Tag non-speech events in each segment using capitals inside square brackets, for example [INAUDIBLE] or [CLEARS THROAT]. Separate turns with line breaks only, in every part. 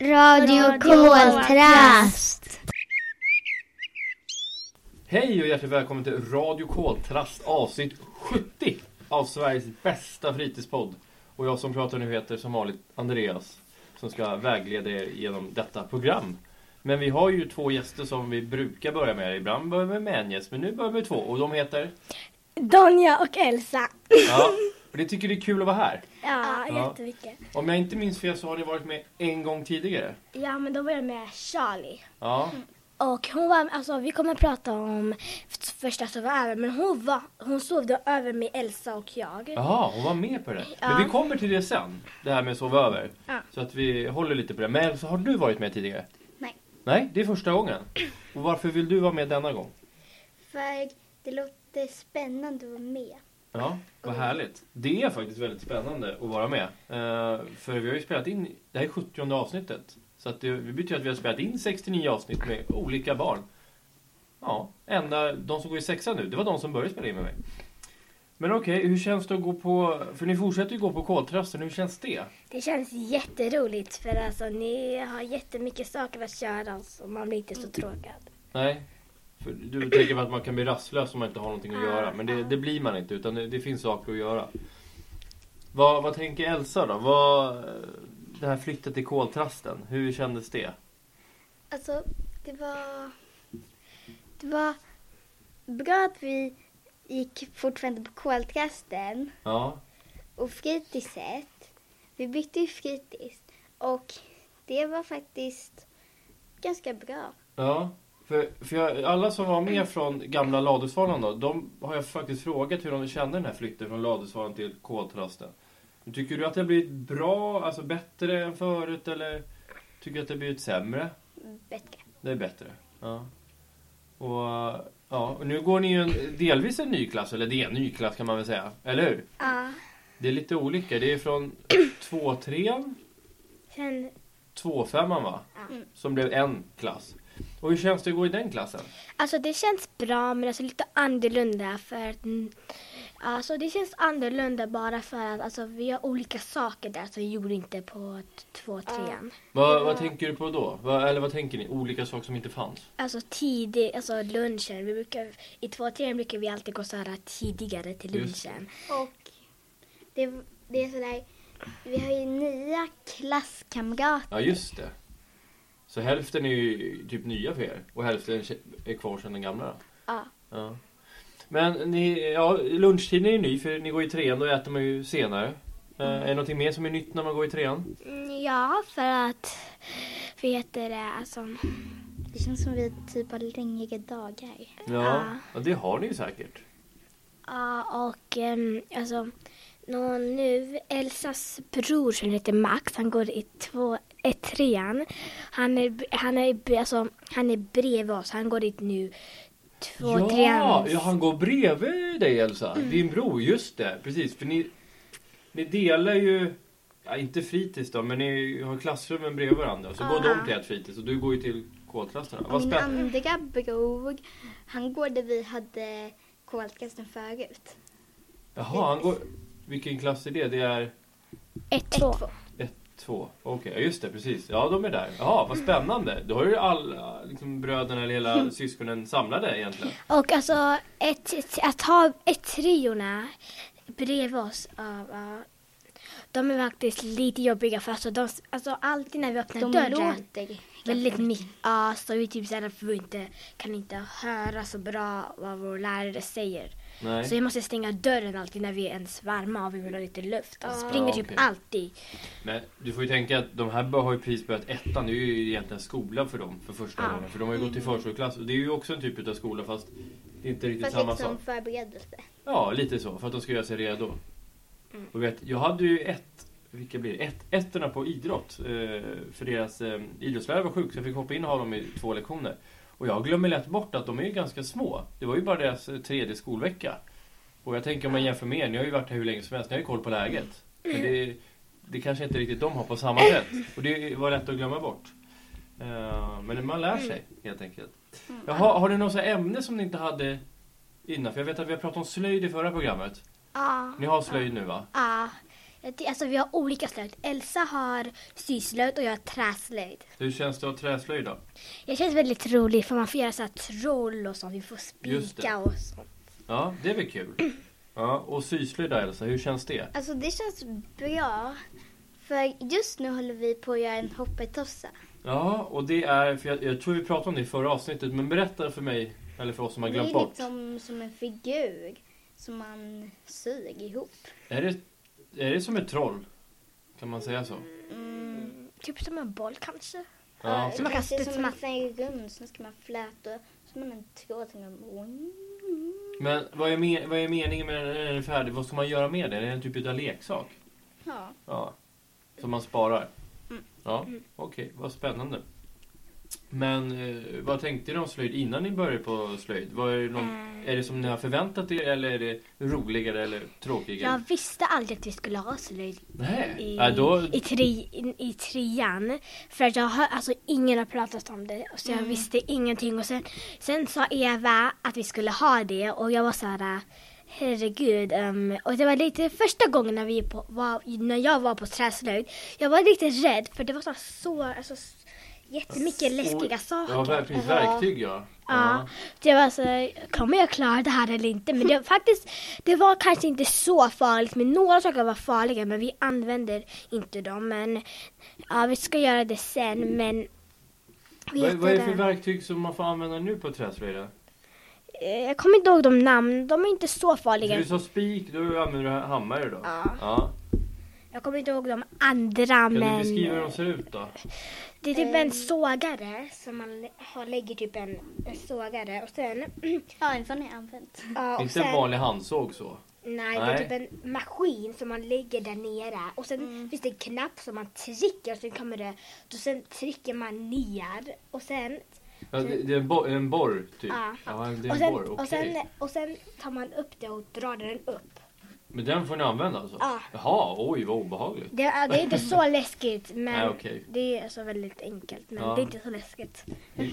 Radio Koltrast.
Hej och hjärtligt välkommen till Radio Koltrast avsnitt 70 av Sveriges bästa fritidspodd. Och jag som pratar nu heter som vanligt Andreas som ska vägleda er genom detta program. Men vi har ju två gäster som vi brukar börja med. Ibland börjar vi med en gäst, men nu börjar vi med två. Och de heter?
Donja och Elsa.
Ja, och det tycker det är kul att vara här.
Ja,
Ja.
jättemycket.
Om jag inte minns fel så har ni varit med en gång tidigare.
Ja, men då var jag med Charlie.
Ja,
Och hon var, alltså vi kommer prata om f- första som var över, men hon var, hon sov då över med Elsa och jag.
Jaha, hon var med på det. Men
Ja.
vi kommer till det sen, det här med att sova över.
Ja.
Så att vi håller lite på det. Men Elsa, har du varit med tidigare?
Nej.
Nej, det är första gången. Och varför vill du vara med denna gång?
För det låter spännande att vara med.
Ja, vad härligt. Det är faktiskt väldigt spännande att vara med. Eh, för vi har ju spelat in, det här är 70 avsnittet. Så att det, det betyder att vi har spelat in 69 avsnitt med olika barn. Ja, enda, de som går i sexan nu, det var de som började spela in med mig. Men okej, hur känns det att gå på, för ni fortsätter ju gå på koltrasten, hur känns det?
Det känns jätteroligt för alltså ni har jättemycket saker att köra och man blir inte så tråkad.
Nej. För du tänker väl att man kan bli rastlös om man inte har någonting att göra. Men det, det blir man inte, utan det, det finns saker att göra. Vad, vad tänker Elsa då? Vad, det här flyttet till koltrasten, hur kändes det?
Alltså, det var... Det var bra att vi gick fortfarande på koltrasten
Ja,
och fritidset. Vi bytte ju fritids och det var faktiskt ganska bra.
ja. För, för jag, alla som var med från gamla Ladusvalan då, de har jag faktiskt frågat hur de kände den här flytten från Ladusvalan till koltrasten. Tycker du att det har blivit bra, alltså bättre än förut eller tycker du att det har blivit sämre?
Bättre.
Det är bättre. Ja. Och, ja, och nu går ni ju en, delvis en ny klass, eller det är en ny klass kan man väl säga. Eller hur?
Ja.
Det är lite olika. Det är från [CLEARS THROAT] 2-3,
Sen,
2-5 va?
Mm.
Som blev en klass. Och hur känns det att gå i den klassen?
alltså det känns bra men alltså lite annorlunda för att mm, alltså det känns annorlunda bara för att alltså vi har olika saker där som vi gjorde inte på t- två, trean.
Vad, vad tänker du på då? Vad, eller vad tänker ni? Olika saker som inte fanns?
Alltså tidig, alltså lunchen. Vi brukar, I två, tre brukar vi alltid gå så här tidigare till
Just det.
lunchen.
Och det, det är sådär, vi har ju nya klasskamrater.
Ja, just det. Så hälften är ju typ nya för er och hälften är kvar sedan den gamla då?
Ja.
Ja. Men ni, ja, lunchtiden är ju ny för ni går i trean, då äter man ju senare. Eh, Är det någonting mer som är nytt när man går i trean?
Ja, för att vi heter det alltså.
Det känns som vi typ har längre dagar.
Ja, ja det har ni ju säkert.
Ja, och um, alltså nå, nu Elsas bror som heter Max, han går i två, i trean. Han är, han är, alltså, han är bredvid oss. Han går i nu två,
Ja,
trean.
ja, han går bredvid dig Elsa.
Mm.
Din bror, just det. Precis, för ni, ni delar ju, ja, inte fritids då, men ni har klassrummen bredvid varandra. Så går de till ett fritids och du går ju till K-klassen. Vad
Min
spännande.
andra bror, han går där vi hade koltrasten förut.
Jaha, han går, vilken klass är det? Det är
Ett, två.
Ett, två. Okej, ja, just det, precis. Ja, de är där. Jaha, vad spännande. Då har ju alla liksom, bröderna eller hela
Mm.
syskonen samlade egentligen.
Och alltså ett, ett, att ha ett triorna bredvid oss, ja, ja, de är faktiskt lite jobbiga för alltså, de, alltså alltid när vi öppnar
De
dörren
låter.
väldigt mycket, liksom, ja, så vi typ såhär för vi inte kan inte höra så bra vad vår lärare säger.
Nej.
Så vi måste stänga dörren alltid när vi är ens varma och vi vill ha lite luft. Alltså,
Ja.
springer
Ja,
typ
Ah, okej.
alltid.
Men du får ju tänka att de här har ju precis börjat ettan. Det är ju egentligen skola för dem för första
Ah.
Ja.
gången. För de har ju
Mm.
gått i förskoleklass. Och det är ju också en typ av skola fast det är inte riktigt
Fast
samma
liksom
sak.
förberedelse.
Ja, lite så. För att de ska göra sig redo. Och vet, jag hade ju ett, vilka blir det? Ett, ettorna på idrott. Eh, för deras eh, idrottslärare var sjuk så jag fick hoppa in och ha dem i två lektioner. Och jag glömmer lätt bort att de är ju ganska små. Det var ju bara deras eh, tredje skolvecka. Och jag tänker om man jämför med er, ni har ju varit här hur länge som helst, ni har ju koll på läget. Men det, det kanske inte riktigt de har på samma sätt. Och det var lätt att glömma bort. Eh, men man lär sig helt enkelt. Jaha, har ni något så här ämne som ni inte hade innan? För jag vet att vi har pratat om slöjd i förra programmet.
Ja.
Ni har slöjd nu va?
Ja. Jag ty- Alltså vi har olika slöjd. Elsa har syslöjd och jag har träslöjd.
Hur känns det att ha träslöjd då?
Det känns väldigt roligt för man får göra så här troll och sånt. Vi får
Just det.
spika och sånt.
Ja, det är väl kul. Ja, och syslöjd då, Elsa, hur känns det?
Alltså det känns bra. För just nu håller vi på att göra en hoppetossa.
Ja, och det är, för jag, jag tror vi pratade om det i förra avsnittet, men berätta för mig, eller för oss som har
Det
glömt
är
bort.
liksom som en figur som man syr ihop.
Är, det, är det som ett troll? Kan man säga så?
Mm.
Typ som en boll kanske.
Ja,
Ja,
okej.
Så man kan
kanske som
studsa.
en liten rund, sen ska man fläta och så har man en tråd som man...
Men vad är, me- vad är meningen med den? Är den färdig? Vad ska man göra med den? Är det en typ av leksak?
Ja.
Ja. Som man sparar?
Mm.
Ja, okej. Vad spännande. Men eh, vad tänkte ni om slöjd innan ni började på slöjd? Var det någon,
Eh.
Är det som ni har förväntat er eller är det roligare eller tråkigare?
Jag visste aldrig att vi skulle ha slöjd
Nej.
i,
Ja, då,
i, tri, i, i trean. För att jag har, alltså ingen har pratat om det. Så jag visste ingenting. Och sen, sen sa Eva att vi skulle ha det och jag var så här, herregud. ehm, och det var lite första gången när, vi på, var, när jag var på träslöjd. Jag var lite rädd för det var så, här så alltså, s- jättemycket läskiga saker.
Ja, verkligen.
Ja.
Verktyg ja.
Ja, det var så, kommer jag klara det här eller inte? Men det var faktiskt, det var kanske inte så farligt, men några saker var farliga, men vi använder inte dem. Men ja, vi ska göra det sen, men vi
Vad, vad är det för
heter-
verktyg som man får använda nu på träslöjden?
Eh, Jag kommer inte ihåg de namn, de är inte så farliga.
Du sa spik, då använder du hammare då?
Ja.
ja.
Jag kommer inte ihåg de andra,
Kan
men
du beskriva hur de ser ut då?
det är typ en sågare som man har, lägger typ en, en sågare och sen...
ja, en sån har jag använt.
Ja, och
Inte en
sen-
vanlig handsåg så?
Nej, det
Nej.
är typ en maskin som man lägger där nere och sen finns det en knapp som man trycker och sen kommer det, då sen trycker man ner och sen,
Ja, det, det är en, bo- en borr typ?
Ja.
Ja, det är
och
en
sen,
borr, okej.
och, sen, och sen tar man upp det och drar den upp.
Men den får ni använda alltså?
Ja.
Jaha, oj vad obehagligt.
Det, är- det är inte
[LAUGHS]
så läskigt men
Nej, okej.
det är alltså väldigt enkelt men
Ja.
det är inte så läskigt.
Men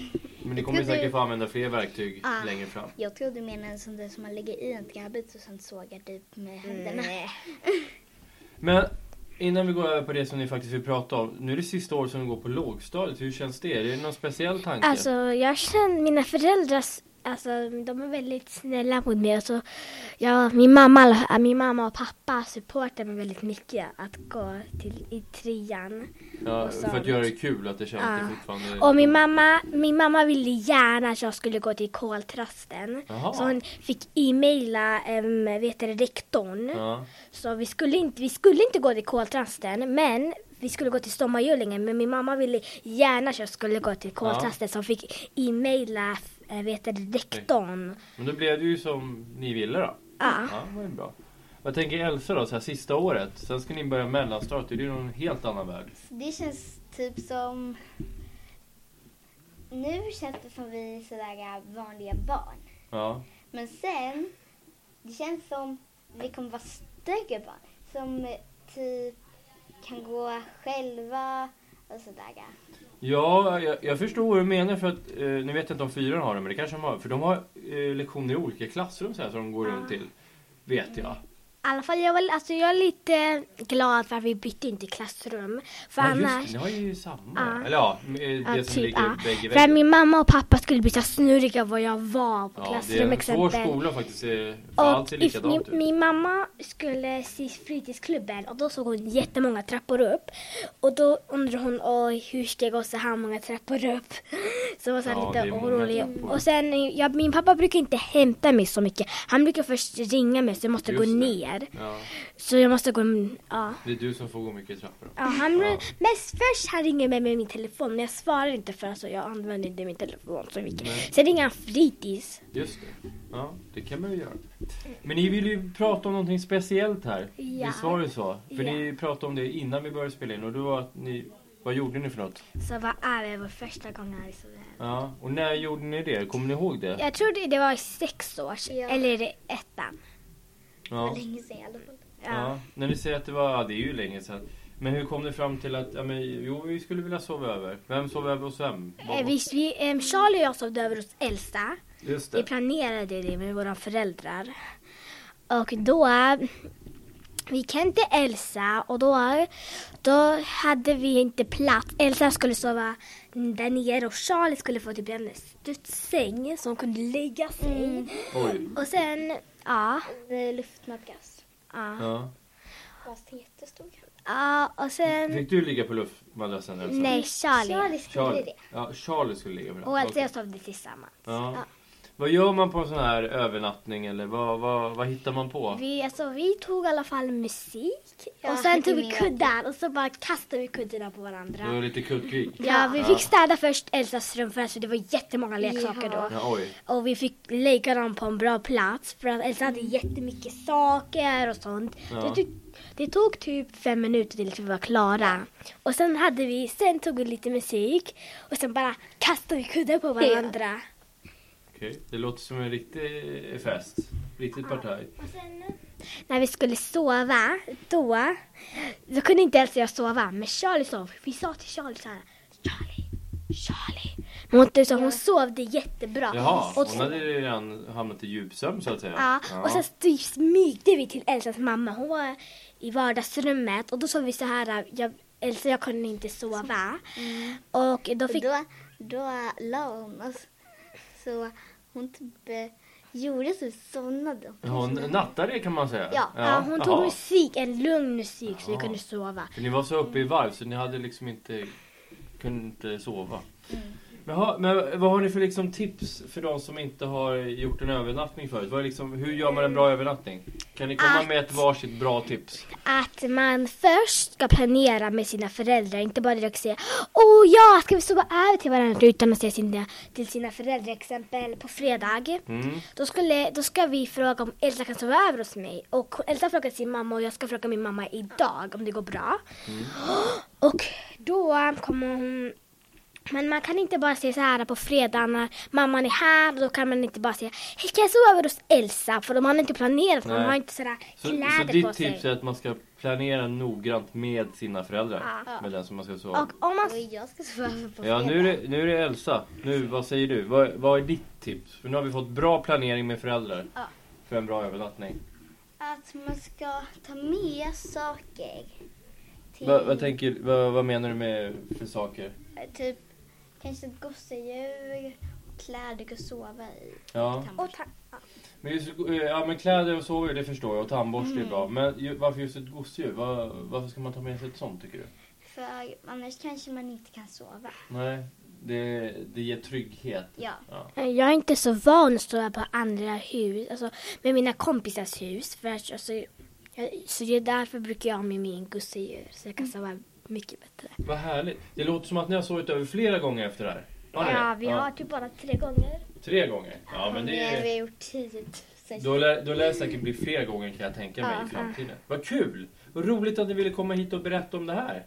ni kommer
Skulle-
säkert få använda fler verktyg
Ja.
längre fram.
Jag tror du menar en sån där som man lägger i en träbit och sen sågar typ med händerna.
Mm.
Men innan vi går över på det som ni faktiskt vill prata om. Nu är det sista året som ni går på lågstadiet. Hur känns det? Är det någon speciell tanke?
Alltså jag känner mina föräldrar, alltså de är väldigt snälla mot mig. Alltså, jag, min, mamma, min mamma och pappa supportar mig väldigt mycket att gå till, i trean.
ja,
och
för
sånt.
att göra det kul, att det känns
Ja.
det fortfarande...
Och min mamma, min mamma ville gärna att jag skulle gå till koltrasten.
Jaha.
Så hon fick e-maila um, vet du, rektorn.
Ja.
Så vi skulle, inte, vi skulle inte gå till koltrasten men vi skulle gå till sommarhjulingen. Men min mamma ville gärna att jag skulle gå till koltrasten så hon fick e-maila eh, vet du, rektorn.
Men då blev det ju som ni ville då.
Ja.
Ja, det var ju bra. Vad tänker Elsa då, så här, sista året? Sen ska ni börja mellanstadiet, det är ju någon helt annan värld.
Det känns typ som... Nu känns det som vi är sådär vanliga barn.
Ja.
Men sen, det känns som vi kommer vara större barn. Som eh, typ kan gå själva och sådär.
Ja, jag, jag förstår vad du menar för att, eh, nu vet jag inte om fyran har det, men det kanske de har. För de har eh, lektioner i olika klassrum så här som de går
Ah.
runt till. Vet jag.
I alla fall jag, var, alltså, jag är lite glad för att vi bytte inte klassrum. För
Ja,
annars...
just det, ni har ju samma.
Ja.
Eller ja, eh, det
Ja,
som
typ,
ligger
ja.
bägge
För att
väggen.
min mamma och pappa skulle byta snurriga vad jag var på
Ja, det är
klassrum
en svår
exempel.
skola faktiskt. eh, För allt
Och
ser
if, min,
likadant typ. ut.
min mamma skulle se fritidsklubben och då såg hon jättemånga trappor upp. Och då undrade hon oj hur ska jag gå så här många trappor upp. [LAUGHS] Så jag var så här
Ja, det är
lite
många
orolig.
trappor.
Och sen, eh, ja, min pappa brukar inte hämta mig så mycket. Han brukar först ringa mig så jag måste gå
Just det.
ner.
Ja,
Så jag måste gå, ja.
det är du som får gå mycket i trappor.
Ja, han,
Ja.
Mest först han ringer mig med min telefon men jag svarar inte för alltså, jag använder inte min telefon så mycket.
Nej.
Sen ringer han fritids.
Just det. Ja, det kan man ju göra. Men ni vill ju prata om någonting speciellt här.
Ja.
Visst var det så? För
Ja.
ni pratade om det innan vi började spela in och då var att ni... Vad gjorde ni för något?
Så vad är det vår första gång här i Sovjet?
Ja, och när gjorde ni det? Kommer ni ihåg det?
Jag trodde det var i sex års,
Ja.
eller ettan.
Ja.
Länge sedan i alla fall.
Ja.
ja. När ni säger att det var... Ja, det är ju länge sedan. Men hur kom ni fram till att, ja men jo vi skulle vilja sova över. Vem sov över hos vem?
Eh, Visst, vi, ehm, Charlie och jag sovde över hos Elsa.
Just
Vi
det.
planerade det med våra föräldrar. Och då eh, vi gick hem till Elsa och då, då hade vi inte plats. Elsa skulle sova där nere och Charlie skulle få typ en studssäng som kunde lägga sig.
Oj.
Och sen, ja,
Eh, Luftmatgass.
ja.
Ja.
Fast jättestor.
Eh, ja och sen,
Fick du ligga på luftmadrassen Elsa?
nej Charlie.
Charlie skulle
Charlie.
det.
Ja, Charlie skulle ligga på den.
Och
Okej.
Elsa och jag sovde tillsammans.
Ja.
Ja.
Vad gör man på en sån här övernattning eller vad, vad, vad hittar man på?
Vi, alltså, vi tog i alla fall musik
Ja,
och sen tog vi
med.
kuddar och så bara kastade vi kuddarna på varandra.
Det var lite kuddkrig.
Ja, vi
Ja.
fick städa först Elsas rum för alltså, det var jättemånga leksaker
Ja.
då.
Ja, oj.
Och vi fick lägga dem på en bra plats för att Elsa hade jättemycket saker och sånt.
Ja.
Det, tog, det tog typ fem minuter tills vi var klara. Och sen hade vi, sen tog vi lite musik och sen bara kastade vi kuddar på varandra.
Okej. Det låter som en riktig fest. Riktigt partaj.
När vi skulle sova, då, då kunde inte Elsa och jag sova. Men Charlie sov. Vi sa till Charlie så här, Charlie, Charlie. Men hon, så, hon sovde jättebra.
Jaha,
Och-
hon hade ju redan hamnat i djupsömn så att säga.
Ja, och sen st- smygde vi till Elsas mamma. Hon var i vardagsrummet och då sov vi så här. Jag, Elsa jag kunde inte sova.
Mm.
Och då fick...
Då, då la hon oss. Så hon typ eh, gjorde så vi somnade.
Ja, hon nattade kan man säga.
Ja,
ja, hon tog
jaha.
musik, en lugn musik så vi
Jaha.
kunde sova.
För ni var så uppe i varv så ni hade liksom inte kunde inte sova.
Mm.
Men, ha, men vad har ni för liksom tips för de som inte har gjort en övernattning förut? Vad är liksom, hur gör man en bra övernattning? Kan ni komma
Mm. Att-
med ett varsitt bra tips?
Att man först ska planera med sina föräldrar, inte bara direkt säga Åh ja, ska vi sova över till varandra utan att säga sina, till sina föräldrar exempel på fredag.
Mm.
Då, skulle, då ska vi fråga om Elsa kan sova över hos mig. Och Elsa frågade sin mamma och jag ska fråga min mamma idag om det går bra.
Mm.
Och då kommer hon... Men man kan inte bara säga så här på fredag när mamman är här. Då kan man inte bara säga hej kan jag sova över hos Elsa? För de har inte planerat, man
Nej.
har inte sådär
Så, så
kläder på
ditt
sig.
tips är att man ska planera noggrant med sina föräldrar?
Ja.
Med den som man ska sova
Och om man...
Och jag ska sova på
Ja, nu är,
fredag.
det, nu är det Elsa. Nu, vad säger du? Vad, vad är ditt tips? För nu har vi fått bra planering med föräldrar.
Ja.
För en bra övernattning.
Att man ska ta med saker. Till,
Vad- vad, tänker, vad, vad menar du med för saker?
eh, Typ kanske gosedjur, kläder och sova i.
Ja,
Och ta-
men, just, eh, ja, men kläder och sovdjur det förstår jag och tandborste är bra. Men ju, varför just ett gosedjur? Vad- varför ska man ta med sig ett sånt tycker du?
för annars kanske man inte kan sova.
Nej, det, det ger trygghet.
Ja.
Eh, Jag är inte så van att sova på andra hus, alltså med mina kompisars hus. För att, alltså, jag, så det är därför brukar jag ha med mig en gosedjur så jag kan sova mycket bättre.
Vad härligt. Det låter som att ni har sovit över flera gånger efter det här. Har ni det?
typ bara tre gånger.
Tre gånger? Ja, men det
Vi
är...
har gjort 10 000.
Då lär, då lär det säkert bli fler gånger kan jag tänka mig
Ja.
i framtiden. Vad kul! Vad roligt att ni ville komma hit och berätta om det här.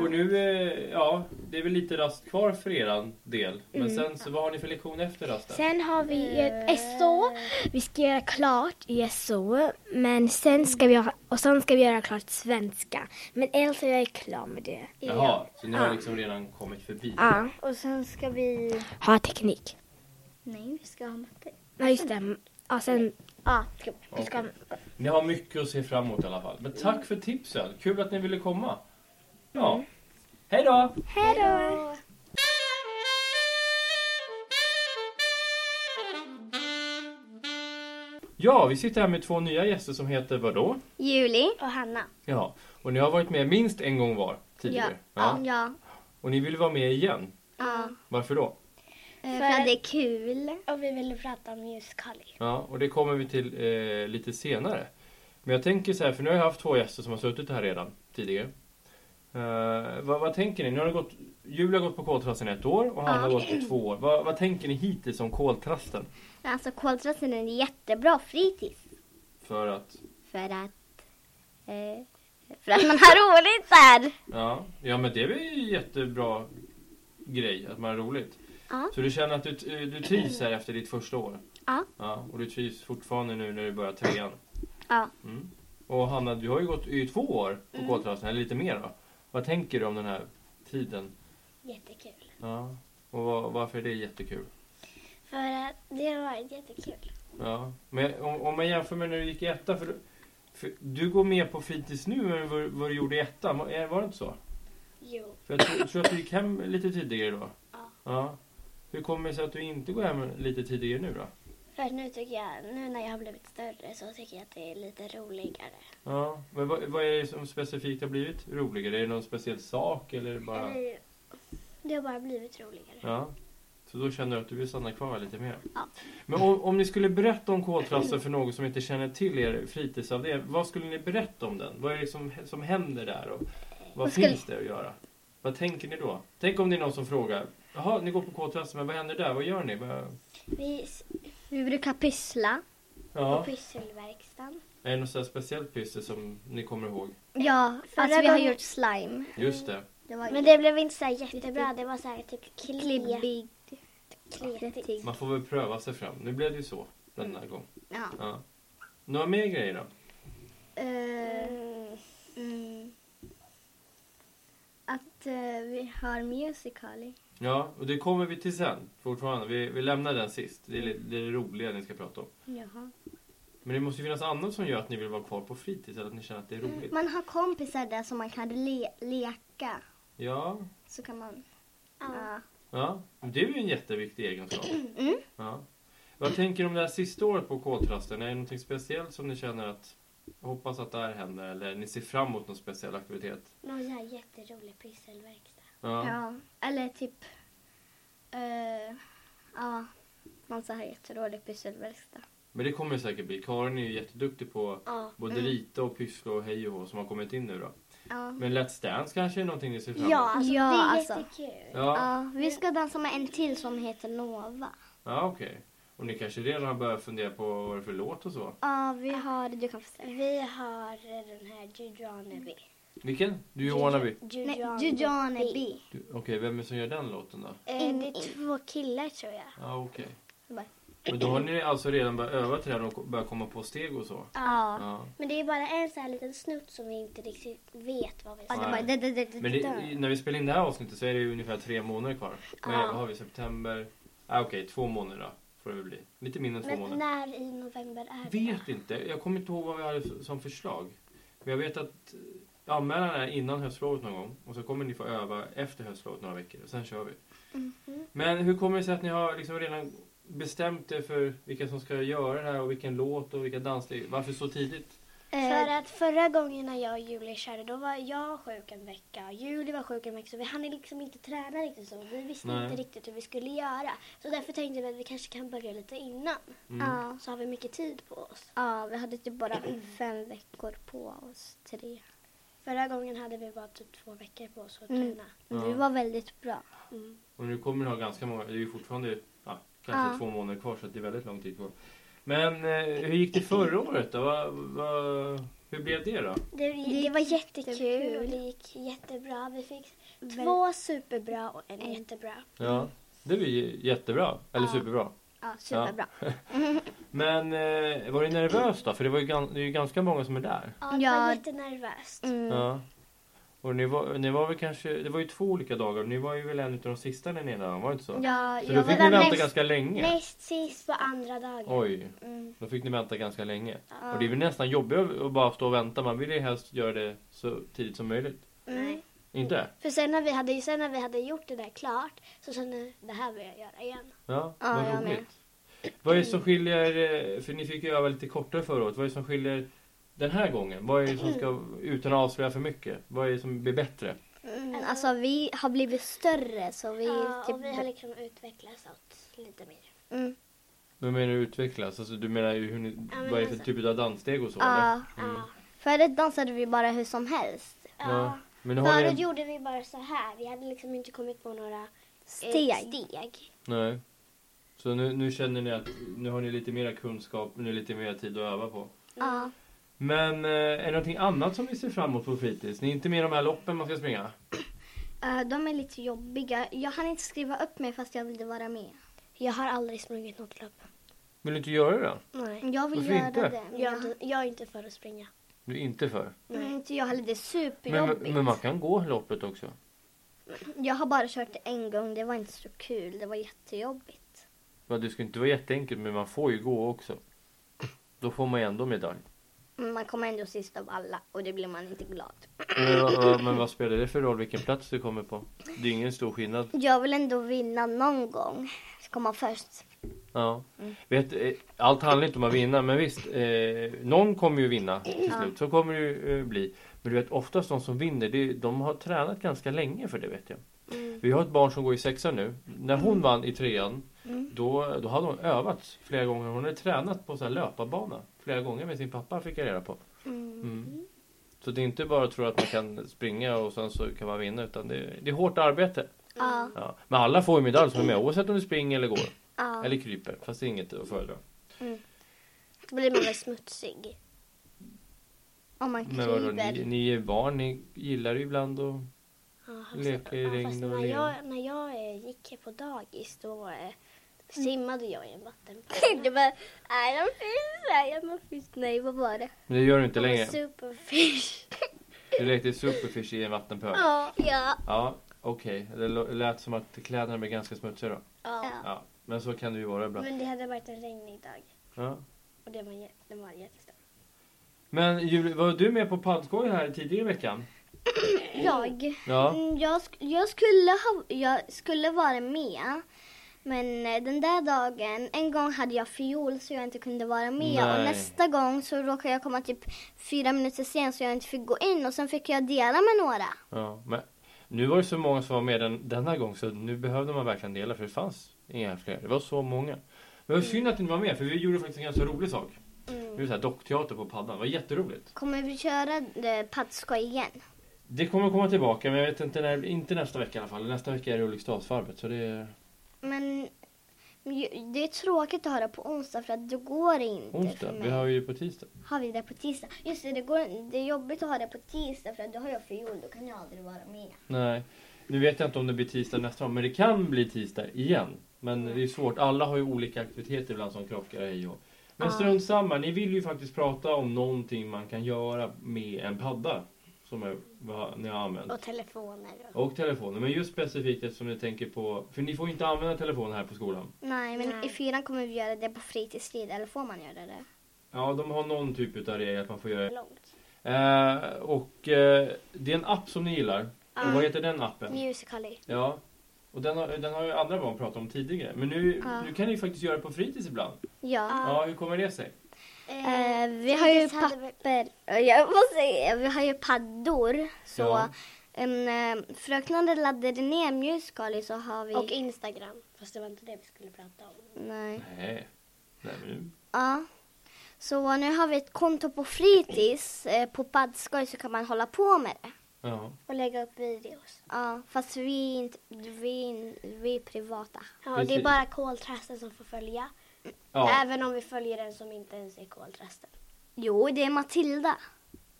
Och nu, eh, ja, det är väl lite rast kvar för eran del. Men
Mm.
sen, så vad har ni för lektion efter rasten?
Sen har vi ett SO. Vi ska göra klart i SO. Men sen ska vi, ha, och sen ska vi göra klart svenska. Men Elsa och jag är klar med det.
Jaha, så ni har
Ja.
liksom redan kommit förbi.
Ja.
Och sen ska vi...
Ha teknik.
Nej, vi ska ha matte.
Ja, just det. Ja, sen... Ja, ska,
Okej.
ska,
Ni har mycket att se fram emot i alla fall. Men tack för tipsen! Kul att ni ville komma. Ja. Hej då!
Hej då!
Ja, vi sitter här med två nya gäster som heter vadå?
Juli. Och Hanna.
Ja, och ni har varit med minst en gång var tidigare.
Ja. Eh,
Och ni vill vara med igen.
ja.
Varför då?
För att det är kul.
Och vi ville prata om just Kali.
Ja, och det kommer vi till eh, lite senare. Men jag tänker så här, för nu har jag haft två gäster som har suttit här redan tidigare. Eh, vad, vad tänker ni? Nu har det gått, Julia har gått på koltrasten ett år och Hanna har gått på två år. Vad, vad tänker ni hittills om koltrasten?
Alltså koltrasten är en jättebra fritids.
För att,
För att... Eh, för att man har roligt där.
ja, ja men det är väl en jättebra grej att man har roligt.
Ja.
Så du känner att du, du trivs här efter ditt första år?
Ja.
ja. Och du trivs fortfarande nu när du börjar trean?
Ja. Mm.
Mm. Och Hanna, du har ju gått i två år på koltrasten, eller lite mer då. Vad tänker du om den här tiden?
Jättekul.
Ja, och va- varför är det jättekul?
För att det har varit jättekul.
Ja, men om, om man jämför med när du gick i ettan, för, då- För du går med på fritids nu än vad, vad du gjorde i ettan, var, är- var det inte så?
Jo.
För jag tror, tror att du gick hem lite tidigare då?
Ja.
ja. Hur kommer det sig att du inte går hem lite tidigare nu då?
För nu tycker jag, nu när jag har blivit större så tycker jag att det är lite roligare.
Ja, men vad, vad är det som specifikt har blivit roligare? Är det någon speciell sak eller bara...
Eller, Det har bara blivit roligare.
Ja. Så då känner du att du vill stanna kvar lite mer?
Ja.
Men om, om ni skulle berätta om koltrasten för någon som inte känner till er fritidsavdelning, vad skulle ni berätta om den? Vad är det som, som händer där och vad
Vad skulle-
finns det att göra? Vad tänker ni då? Tänk om det är någon som frågar, jaha, ni går på koltrasten, men vad händer där? Vad gör ni? Vad...
Vi,
Vi brukar pyssla.
Ja.
pysselverkstan.
Är det något sådär speciellt pyssel som ni kommer ihåg?
Ja,
Förra att Alltså, vi har gången- gjort
slime.
Just det.
Men det blev inte så här jättebra. Det var så här typ klet, kletigt.
Man får väl pröva sig fram. Nu blev det ju så denna gång.
Ja.
Ja. Några mer grejer då?
Eh,
Mm.
Att
eh,
vi har musicali.
Ja, och det kommer vi till sen fortfarande. Vi, vi lämnar den sist. Det är li- det, är det roliga ni ska prata om.
Jaha.
Men det måste ju finnas annat som gör att ni vill vara kvar på fritids eller att ni känner att det
Mm.
är roligt.
Man har kompisar där som man kan le- leka.
Ja,
Så kan man...
Ja.
Ja.
ja. Det är ju en jätteviktig egenskap.
Mm.
Ja. Vad tänker du om det här sista året på koltrasten? Är det någonting speciellt som ni känner att hoppas att det här händer eller ni ser fram emot någon speciell aktivitet?
Någon så här jätterolig pysselverkstad.
Ja.
ja. Eller typ... eh, ja. Någon så här jätterolig pysselverkstad.
Men det kommer det säkert bli. Karin är ju jätteduktig på
Ja.
både rita och pyssla och hej och hå som har kommit in nu då.
Ja.
Men Let's Dance kanske är någonting ni ser fram emot?
Ja, alltså,
Ja,
det är
alltså.
jättekul.
Ja,
Ja, vi ska dansa med en till som heter Nova.
ja okej. Och ni kanske redan har börjat fundera på vad det är för låt och så?
Ja, vi har... Du kan få säga.
Vi har eh, den här Jujuanabe.
Vilken? Do you wanna be?
Nej, Jujanabe.
Du- Okej, vem är det som gör den låten då?
Eh, det är två killar tror jag.
Ja, okej. Men då har ni alltså redan börjat öva till den och börjat komma på steg och så?
Ja.
Ja.
Men det är bara en så här liten snutt som vi inte riktigt vet vad vi
Ja,
ska
det var... Det, det, det, det,
Men det, i- när vi spelar in det här avsnittet så är det ju ungefär tre månader kvar. Men
Ja.
vad har vi? September? Ah, okej, två månader då. Får det väl bli. Lite mindre än två månader.
Men när i november är det?
Vet inte. Jag kommer inte ihåg vad vi hade f- som förslag. Men jag vet att eh, anmälan är innan höstlovet någon gång. Och så kommer ni få öva efter höstlovet några veckor. Och sen kör vi.
Mhm.
Men hur kommer det sig att ni har liksom redan bestämt er för vilka som ska göra det här och vilken låt och vilka danssteg? Varför så tidigt?
Eh,
För att förra gången när jag och Julie körde då var jag sjuk en vecka. Julie var sjuk en vecka så vi hann liksom inte träna riktigt så. Vi visste
Nej.
inte riktigt hur vi skulle göra. Så därför tänkte vi att vi kanske kan börja lite innan.
Mm.
Ja.
Så har vi mycket tid på oss.
ja, vi hade typ bara fem veckor på oss. Tre.
Förra gången hade vi bara typ två veckor på oss att
Mm.
träna.
Ja.
Vi var väldigt bra.
Mm.
Och nu kommer ni ha ganska många, det är ju fortfarande ja, kanske
Ja.
två månader kvar så det är väldigt lång tid kvar. Men eh, hur gick det förra året då? Va, va, hur blev det då?
Det, det var jättekul.
jättekul.
Det gick jättebra. Vi fick
Väl-
två superbra och en
En.
jättebra.
Ja. Det var ju jättebra, eller
Ja.
superbra.
Ja, superbra.
Men eh, var du nervös då? För det, var ju gan- det är ju ganska många som är där.
Mm. Ja, det var
Ja.
jättenervöst.
Mm.
Ja. Och ni var, ni var väl kanske, det var ju två olika dagar. Ni var ju väl en av de sista där nere, var det inte så?
Ja,
så
jag
då
var
fick ni vänta
näst-
ganska länge.
Näst sist på andra dagen.
Oj,
Mm.
då fick ni vänta ganska länge.
Ja.
Och det är väl nästan jobbigt att bara stå och vänta. Man vill ju helst göra det så tidigt som möjligt.
Mm.
Inte?
För sen när, vi hade, sen när vi hade gjort det där klart så kände jag det här vill jag göra igen.
Ja,
Ja,
vad
jag
roligt. Vad är det som skiljer, eh, för ni fick ju öva lite kortare förra året. Vad är det som skiljer den här gången? Vad är det som ska, utan att avslöja för mycket, vad är det som blir bättre?
Mm. Alltså vi har blivit större så vi...
ja,
typ,
och vi har liksom utvecklats åt lite mer.
mm.
Vad menar du utvecklas? Alltså, du menar ju hur ni,
men
vad är det för
alltså-
typ av danssteg och så? eller? Mm.
ja.
Ja.
Förut dansade vi bara hur som helst.
Ja.
Ja.
Men nu har
Förut
ni...
gjorde vi bara så här. Vi hade liksom inte kommit på några eh,
mm.
Steg.
steg.
Nej. Så nu, nu känner ni att nu har ni lite mer kunskap, nu lite mer tid att öva på.
Ja.
Men eh, är det någonting annat som ni ser fram emot på fritids? Ni är inte med i de här loppen man ska springa?
Eh, de är lite jobbiga. Jag hann inte skriva upp mig fast jag ville vara med.
Jag har aldrig sprungit något lopp.
Vill du inte göra det?
Nej.
Jag vill
Varför
göra
inte?
det. men
Jag, är
Jag,
inte- jag är inte för att springa.
Du är inte för?
mm, inte jag heller. Det är
Men,
superjobbigt.
men man kan gå loppet också.
Jag har bara kört det en gång. Det var inte så kul. Det var jättejobbigt.
Ja, det ska inte vara jätteenkelt men man får ju gå också. Då får man ju ändå medalj.
Man kommer ändå sist av alla och det blir man inte glad.
Men, men vad spelar det för roll vilken plats du kommer på? Det är ingen stor skillnad.
Jag vill ändå vinna någon gång. Komma först.
Ja. Vet, eh, allt handlar inte om att vinna, men visst. Eh, någon kommer ju vinna till slut. Så kommer det ju eh, bli. Men du vet, oftast de som vinner, det, de har tränat ganska länge för det vet jag. Vi har ett barn som går i sexan nu. När hon vann i trean, då, då hade hon övat flera gånger. Hon hade tränat på så här löparbana flera gånger med sin pappa, fick jag reda på. Mm. Så det är inte bara att tro att man kan springa och sen så kan man vinna, utan det, det är hårt arbete.
Ja.
Ja. Men alla får ju medalj som är med, oavsett om du springer eller går.
ja.
Eller kryper, fast det är inget att föredra.
Då blir man väl smutsig. Om man
Men vadå, ni,
kryper.
ni är barn, ni gillar ju ibland och leker i
Ja, fast
regn och
när
lera.
jag, när jag eh, gick på dagis då eh, simmade jag i
[LAUGHS]
en vattenpöl.
Du bara, I am fish, I am a fish. Nej, vad var det?
Men det gör du inte längre.
Superfish.
Du lekte superfish i en vattenpöl.
Ja. Ja.
Ja, okej. Det lå- lät som att kläderna blev ganska smutsiga då.
Ja.
Ja, men så kan det ju vara ibland.
Men det hade varit en regnig dag
Ja.
och det var, jä- den var jättestor.
Men Julie, var du med på paddskoj här tidigare i veckan?
Jag.
Ja.
Mm, Jag, sk- jag, skulle ha, jag skulle vara med. Men eh, den där dagen, en gång hade jag fiol så jag inte kunde vara med
Nej.
och nästa gång så råkade jag komma typ fyra minuter sen så jag inte fick gå in och sen fick jag dela med några.
ja. Men nu var det så många som var med den, denna gång så nu behövde man verkligen dela för det fanns inga fler. Det var så många. Men det var synd att ni inte var med för vi gjorde faktiskt en ganska rolig sak. Vi gjorde så här dockteater på paddan. Det var jätteroligt.
Kommer vi köra eh, paddskoj igen?
Det kommer komma tillbaka men jag vet inte när, inte nästa vecka i alla fall. Nästa vecka är det Ulriksdalsvarvet så det är
Men ju- det är tråkigt att höra på onsdag för att det går inte
onsdag.
för
Vi
mig.
har ju på tisdag.
Har vi det på tisdag? Just det, det, går, det är jobbigt att ha det på tisdag för att då har jag fiol, då kan jag aldrig vara med.
Nej, nu vet jag inte om det blir tisdag nästa gång men det kan bli tisdag igen. Men det är svårt, alla har ju olika aktiviteter ibland som krockar hej och. Men strunt samma, ni vill ju faktiskt prata om någonting man kan göra med en padda. Som är, vad ni har använt.
Och telefoner. Och.
Och telefonen, men just specifikt eftersom ni tänker på, för ni får ju inte använda telefonen här på skolan.
Nej, men
Nej.
i fyran kommer vi göra det på fritidstid, eller får man göra det?
Ja, de har någon typ utav regel att man får göra
Långt.
Eh, och eh, det är en app som ni gillar. Och vad heter den appen?
Musical.ly.
Ja. Och den har, den har ju andra barn pratat om tidigare. Men nu, nu kan ni ju faktiskt göra det på fritids ibland.
Ja.
Ja, hur kommer det sig?
Eh, vi har ju
Tidigt hade vi-
papper, eh, jag måste säga, vi har ju paddor. Så
Ja.
en, eh, fröknarna laddade ner Musical.ly så har vi...
Och Instagram. Fast det var inte det vi skulle prata om.
Nej.
Nej. Nej men nu.
Ja. Så nu har vi ett konto på fritids, eh, på paddskoj så kan man hålla på med det.
Ja.
Och lägga upp videos.
Ja, fast vi är, inte, vi är, in- vi är privata.
Ja,
Precis.
det är bara koltrasten som får följa.
ja.
Även om vi följer den som inte ens är koltrasten.
Jo, det är Matilda.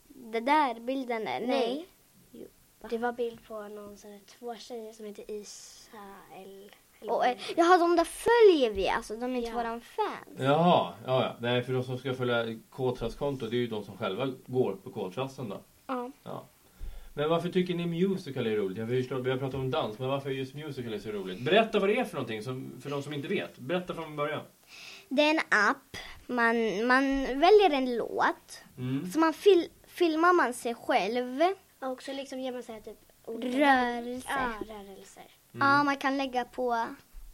Det där bilden är, nej.
Nej. Det var bild på någon sån här, två tjejer som heter Isael. eller
Och,
vad
eh, jaha, de där följer vi alltså, de är inte
Ja.
våran fan.
Jaha, ja, ja. Nej, för de som ska följa K-trastkonto, det är ju de som själva går på K-trasten då.
Ja.
ja. Men varför tycker ni musical är roligt? Jag förstår, vi har pratat om dans, men varför är just musical så roligt? Berätta vad det är för någonting, som, för de som inte vet. Berätta från början.
Det är en app, man, man väljer en låt,
Mm.
så man fil, filmar man sig själv,
Och också liksom gör man så här typ olika-
rörelser.
ja,
Ja.
rörelser.
Mm.
man kan lägga på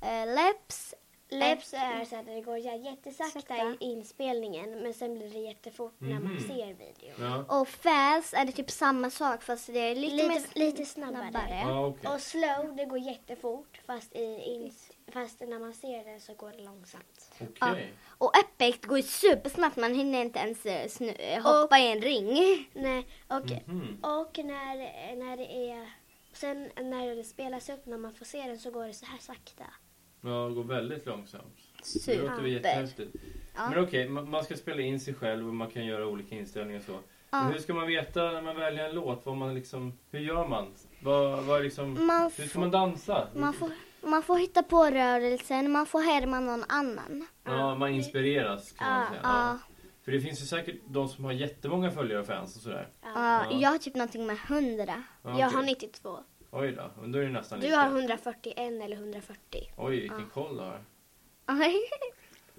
eh, läpps,
Läpps är så här där det går jä- jättesakta
Sakta.
i inspelningen men sen blir det jättefort när man
Mhm.
ser videon.
Ja.
och fast är det typ samma sak fast det är lite,
Lite,
mer
lite, lite snabbare.
Ja, okej.
Och slow, det går jättefort fast, i ins- fast när man ser det så går det långsamt.
Okej.
Och epic går ju supersnabbt, man hinner inte ens eh, snu, eh, hoppa i en ring.
Nej, och,
Mhm.
och när, när det är... Sen när det spelas upp, när man får se den, så går det så här sakta.
Ja, det går väldigt långsamt. Det låter väl
Super.
jättehäftigt.
Typ. Ja.
Men okej, man, man ska spela in sig själv och man kan göra olika inställningar och så. Men hur ska man veta när man väljer en låt? Vad man liksom, hur gör man? Vad, vad är liksom,
Man
hur ska
får-
man dansa?
Man får, man får hitta på rörelsen, man får härma någon annan.
Ja, man inspireras kan man
Ja,
säga.
Ja.
För det finns ju säkert de som har jättemånga följare och fans och sådär.
Ja,
Ja.
jag har typ någonting med hundra.
Ja,
Jag
okej.
har 92.
Oj då, men då är det nästan
Du
lika.
har 141 eller 140.
Oj, vilken koll du har.
Oj.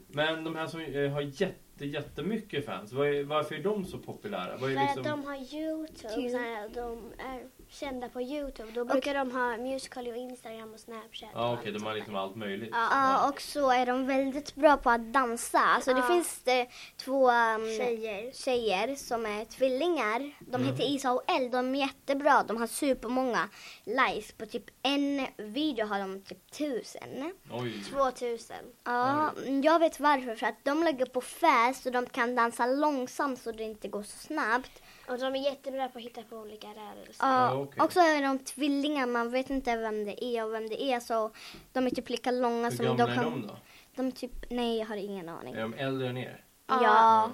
Men de här som eh, har jätte, jätte, jättemycket fans. Vad är, varför är de så populära? Vad
För
är
att
liksom...
de har Youtube,
Kul.
såhär, och de är kända på Youtube. Då brukar de ha Musical.ly och Instagram och Snapchat.
Ja,
och
okej,
allt
de har liksom allt möjligt.
Ja.
Ja, och så är de väldigt bra på att dansa. Alltså det
Ja.
finns eh, två ehm,
Mm.
sånt. Tjejer.
tjejer som är tvillingar. De
Mm.
heter Isa och Elle. De är jättebra. De har supermånga likes. På typ en video har de typ tusen.
Oj.
2000.
Ja,
Mm.
jag vet varför. För att de lägger på fast och de kan dansa långsamt så det inte går så snabbt.
Och de är jättebra på att hitta på olika rörelser.
Ja,
Ja, okej.
Och så är de tvillingar. Man vet inte vem det är och vem det är. Så de är typ lika långa
Hur
som
gamla
de
är de
kan...
då?
De är typ... Nej, jag har ingen aning.
Är de äldre än er?
Ja.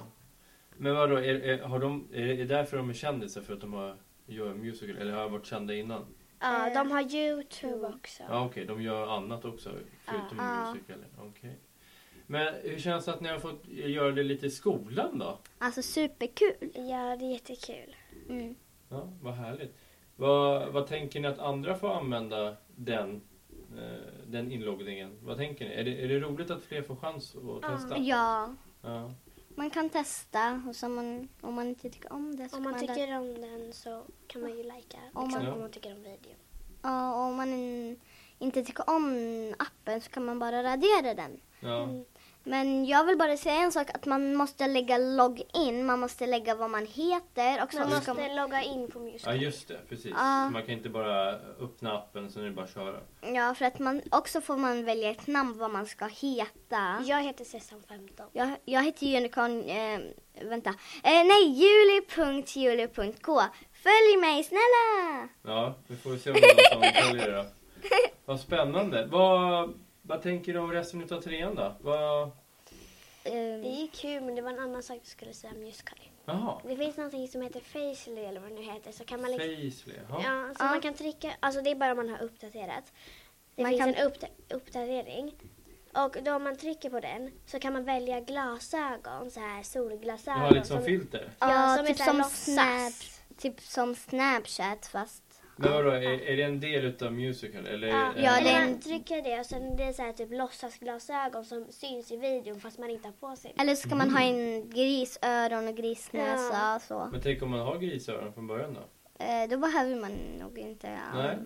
Men vadå, är, är, har de, är är det därför de är kändisar? För att de har, gör musical? Eller har de varit kända innan?
Eh,
Ja, de har Youtube också.
Ja, okej, de gör annat också förutom
Ja.
musical. Okej. Men hur känns det att ni har fått göra det lite i skolan då?
Alltså superkul.
Ja, det är jättekul. Mm.
Ja, vad härligt. Vad, vad tänker ni att andra får använda den, eh, den inloggningen? Vad tänker ni? Är det, är det roligt att fler får chans att testa?
Ja,
Ja.
man kan testa och så man, om man inte tycker om det så
Om
kan
man
man
tycker om den så kan man ju likea. Liksom,
Om
om,
man-
man... om man tycker om videon.
Ja, och om man in, inte tycker om appen så kan man bara radera den.
Ja.
Men jag vill bara säga en sak att man måste lägga login, man måste lägga vad man heter och så
Man måste
ska man,
logga in på Musical.
ja, just det. Precis.
Ja.
Man kan inte bara öppna appen så nu är det bara att köra.
Ja, för att man också får man välja ett namn vad man ska heta.
Jag heter Sesam15.
Jag, jag heter Unicorn... Eh, vänta. Eh, nej, juli.juli.k. Följ mig snälla!
Ja, vi får
[LAUGHS]
se om det är någon som följer det då. Vad spännande. Vad, vad tänker du om resten utav trean då? Vad,
Eh,
Det är ju kul men det var en annan sak du skulle säga om Musical.
jaha,
Det finns någonting som heter Facely eller vad det nu heter. Så kan man liksom...
Facely. Ja.
Ja, så
Ja.
man kan trycka, alltså det är bara om man har uppdaterat. Det
Man
finns
kan-
en uppda- uppdatering. Och då om man trycker på den så kan man välja glasögon, så här
Du
solglasögon.
har lite som filter.
Ja,
Ja, som
typ
är så här
som
låtsas.
Typ som Snapchat fast...
Men vadå, är, är det en del utav musical? Eller,
Ja,
är-
Ja, det är
eller
en-
man trycker det och sen det är så här typ låtsasglasögon som syns i videon fast man inte har på sig.
Eller så kan man ha en grisöron och grisnäsa
Ja.
och så.
Men tänk om man har grisöron från början då?
Eh, då behöver man nog inte... ja.
Nej?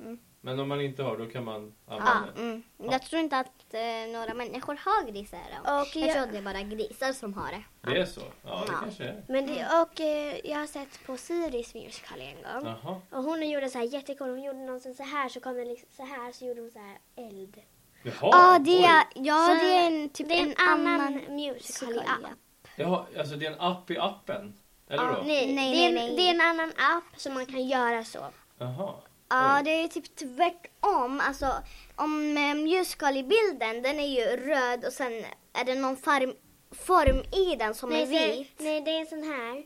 Mm.
Men om man inte har då kan man
Ja,
använda det?
mm. Jag tror inte att eh, några människor har grisöron.
Och
Jag tror
jag,
att det är bara grisar som har det.
Det är så? Ja, det
Ja. Mm.
kanske är.
men
Mm.
det, och eh, jag har sett på Siris musical en gång.
Jaha.
Och hon gjorde så här jättecool, hon gjorde någonsin så här så kom det liksom så här så gjorde hon så här eld.
Jaha,
Ja, det, är,
oj.
ja,
Så
det är en, typ
Det är en, annan, musical i
musical,
app.
ja.
Jaha, alltså det är en app i appen? Eller
Ja,
då?
nej,
Nej,
det, är en,
nej, nej.
det är en annan app som man kan göra så.
Jaha.
Ja,
Oj.
det är typ tvärtom. Alltså, om eh, musical i bilden, den är ju röd och sen är det någon form, form i den som
nej,
är vit.
det, nej, det är en sån här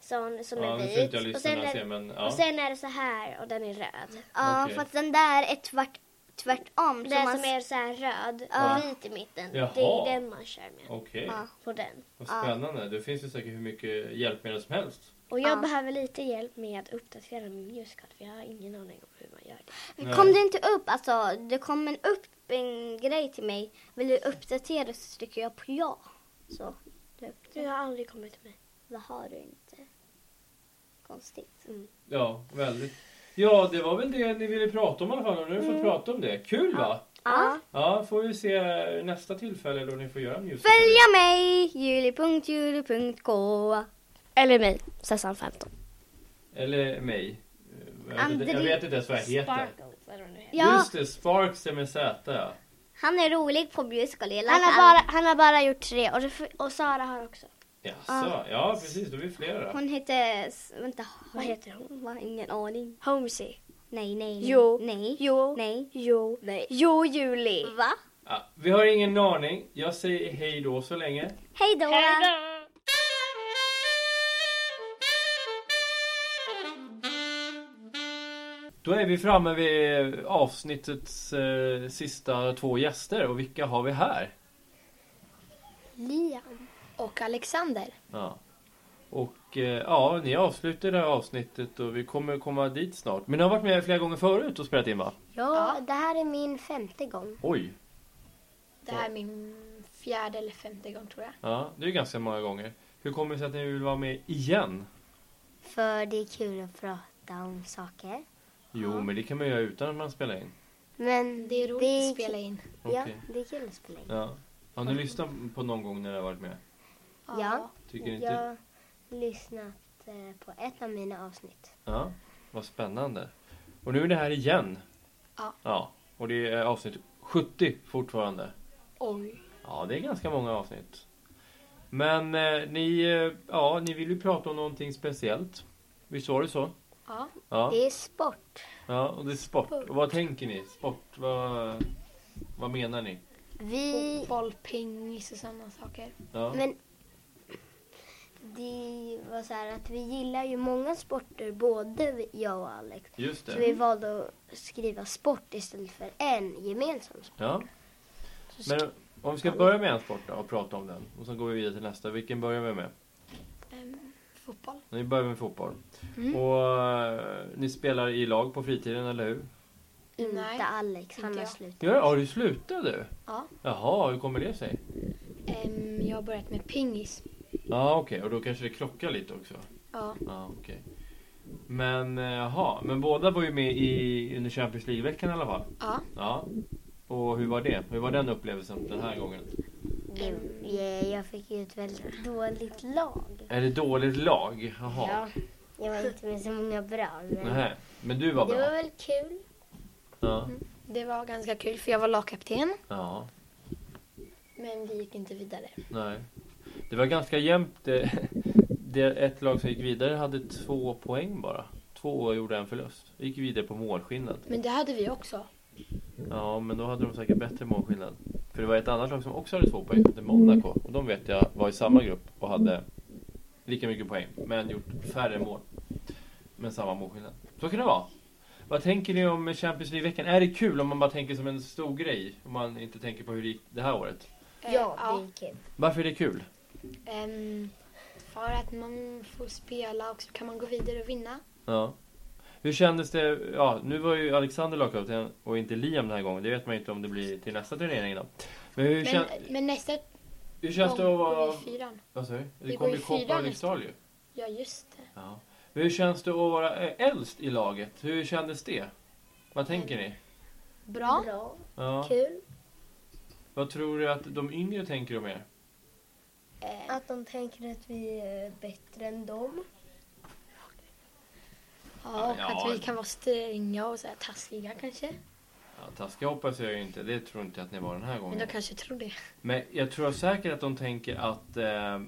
sån som
Ja,
är
nu får inte jag
vit. Och sen
lyssnarna se
är,
men ja.
och sen är det så här och den är röd.
Ja,
Okej.
för att den där är tvärt, tvärtom.
Den
man
som är så här röd
Ja.
och vit i mitten, det
Jaha.
är den man kör med.
Okej,
Ja.
På den.
vad spännande. Det finns ju säkert hur mycket hjälpmedel som helst.
Och jag
Ja.
behöver lite hjälp med att uppdatera min musical för jag har ingen aning om hur man gör det.
Nej.
Kom det inte upp, alltså det kom en upp en grej till mig. Vill du uppdatera så trycker jag på ja. Så, du
Du
uppdaterar.
har aldrig kommit till mig.
Det har du inte. Konstigt.
Mm.
Ja, väldigt. Ja, det var väl det ni ville prata om i alla fall. Och nu har vi
Mm.
fått prata om det. Kul va?
Ja.
Ja, får vi se nästa tillfälle då ni får göra musical.
Följa mig! juli.juli.k
Eller mig, Sessan15.
Eller mig. Jag vet, inte,
André-
jag vet inte ens vad jag heter.
Sparkles eller vad det nu heter.
Ja,
Just det, Sparks är med Z ja.
han är rolig på musical. Jag
Han
läser
har,
all-
bara, han har bara gjort tre och, det- och Sara har också.
Jaså, ja precis, då är vi flera.
Hon heter... s- Vänta.
Vad heter hon?
Hon har ingen aning.
Homesy.
Nej, nej. nej.
Jo.
Nej.
Jo.
Nej.
Jo.
Nej.
Jo, Juli.
Va?
Ja, vi har ingen aning. Jag säger hej då så länge.
Hej då!
Då är vi framme vid avsnittets eh, sista två gäster och vilka har vi här?
Liam.
Och Alexander.
Ja. Och eh, ja, ni avslutar det här avsnittet och vi kommer komma dit snart. Men ni har varit med flera gånger förut och spelat in va?
Ja.
det här är min femte gång.
Oj!
Det här är min
fjärde eller femte gång tror jag.
Ja, det är ju ganska många gånger. Hur kommer det sig att ni vill vara med igen?
För det är kul att prata om saker.
Jo, men det kan man göra utan att man spelar in.
Men
Det är roligt
Det är
att spela in.
ja,
Okej.
det är kul att spela in.
Ja. Har ni lyssnat på någon gång när ni har varit med?
Ja.
Tycker ni
Jag
inte?
har lyssnat eh, på ett av mina avsnitt.
Ja. Vad spännande. Och nu är det här igen.
Ja.
Ja. Och det är avsnitt 70 fortfarande.
Oj.
Ja, det är ganska många avsnitt. Men eh, ni, eh, ja, ni vill ju prata om någonting speciellt. Visst var det så?
Ja.
Ja.
Det är sport.
Ja, och det är sport. Och vad tänker ni? Sport, vad, vad menar ni?
Vi...
Fotboll, pingis och sådana saker.
Ja.
Men det var så här att vi gillar ju många sporter, både jag och Alex.
Just
Så vi
det.
valde att skriva sport istället för en gemensam sport.
Ja. Men om vi ska börja med en sport då och prata om den och sen går vi vidare till nästa. Vilken börjar vi med?
Ehm, fotboll.
Ni börjar med fotboll.
Mm.
Och eh, ni spelar i lag på fritiden, eller hur?
Nej,
inte Alex, han
inte
har
jag.
slutat.
Ja, har du slutat du?
Ja.
Jaha, hur kommer det sig?
Ehm, jag har börjat med pingis.
Ja, okej. Och då kanske det krockar lite också.
Ja.
Ja, okej. Men eh, jaha, men båda var ju med i, under Champions League-veckan i alla fall.
Ja.
Ja. Och hur var det? Hur var den upplevelsen den här gången?
Mm. Yeah, jag fick ju ett väldigt dåligt lag.
Är det dåligt lag? Jaha.
Ja, jag var inte med så många bra. Men
Nähä. Men du var
det var
bra?
väl kul.
Ja.
Mm. Det var ganska kul för jag var lagkapten.
ja.
Men vi gick inte vidare.
Nej. Det var ganska jämnt. eh, [LAUGHS] Det, ett lag som gick vidare hade två poäng bara. Två och gjorde en förlust. Gick vidare på målskillnad.
Men det hade vi också.
Ja, men då hade de säkert bättre målskillnad. För det var ett annat lag som också hade två poäng, det är Monaco. Och de vet jag var i samma grupp och hade lika mycket poäng, men gjort färre mål. Men samma målskillnad. Så kan det vara. Vad tänker ni om Champions League-veckan? Är det kul om man bara tänker som en stor grej? Om man inte tänker på hur det gick det här året?
Ehm,
Ja, det är kul.
Varför är det kul?
Ehm, för att man får spela och så kan man gå vidare och vinna.
Ja. Hur kändes det? Ja, nu var ju Alexander lagkapten och inte Liam den här gången. Det vet man ju inte om det blir till nästa turnering då. Men hur, kän,
Men, men nästa
hur känns det
gång
att vara...
går vi i fyran.
Vad sa du? Det
vi
kommer
går
ju
i
Copa
fyran nästa
Alexander ju.
Ja, just det.
Ja. Men Hur känns det att vara eh, äldst i laget? Hur kändes det? Vad tänker ni?
Bra.
Bra,
Ja.
kul.
Vad tror du att de yngre tänker om er?
Att de tänker att vi är bättre än dem.
Ja, och
Ja.
att vi kan vara stränga och så här taskiga kanske.
Ja, taskiga hoppas jag ju inte. Det tror inte jag att ni var den här
Men
gången.
de kanske tror det.
Men jag tror säkert att de tänker att eh,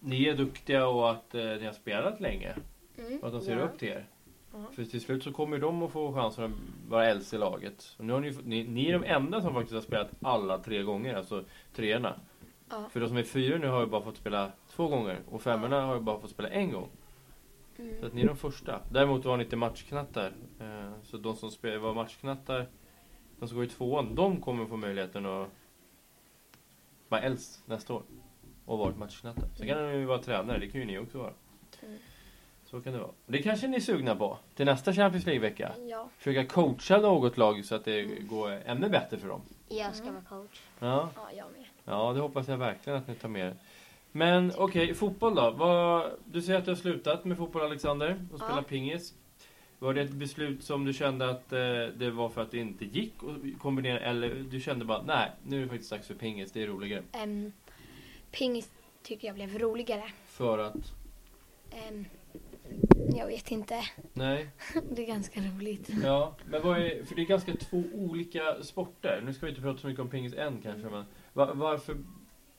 ni är duktiga och att eh, ni har spelat länge.
Mm.
Och att de ser
Ja.
upp till er.
Ja.
För till slut så kommer ju de att få chansen att vara äldst i laget. Och nu har ni, ju fått- ni, ni är de enda som faktiskt har spelat alla tre gånger, alltså treorna.
Ja.
För de som är fyra nu har ju bara fått spela två gånger och femmorna har ju bara fått spela en gång.
Mm.
Så att ni är de första. Däremot var ni inte matchknattar. Eh, Så de som spel, var matchknattar, de som går i tvåan, de kommer få möjligheten att vara äldst nästa år. Och vara matchknattar. Sen kan de ju vara tränare, det kan ju ni också vara.
Mm.
Så kan det vara. Det kanske ni är sugna på till nästa Champions League-vecka.
Ja.
Försöka coacha något lag så att det går ännu bättre för dem.
Jag ska vara coach.
Ja.
ja, jag med.
Ja, det hoppas jag verkligen att ni tar med er. Men okej, fotboll då. Vad, du säger att du har slutat med fotboll, Alexander, och spela
Ja.
pingis. Var det ett beslut som du kände att eh, det var för att det inte gick att kombinera, eller du kände bara nej, nu är det faktiskt dags för pingis, det är roligare.
Ehm, pingis tycker jag blev roligare.
För att,
Ehm, jag vet inte.
nej,
[LAUGHS] Det är ganska roligt.
ja. Men vad är, för det är ganska två olika sporter. Nu ska vi inte prata så mycket om pingis än kanske, men va, varför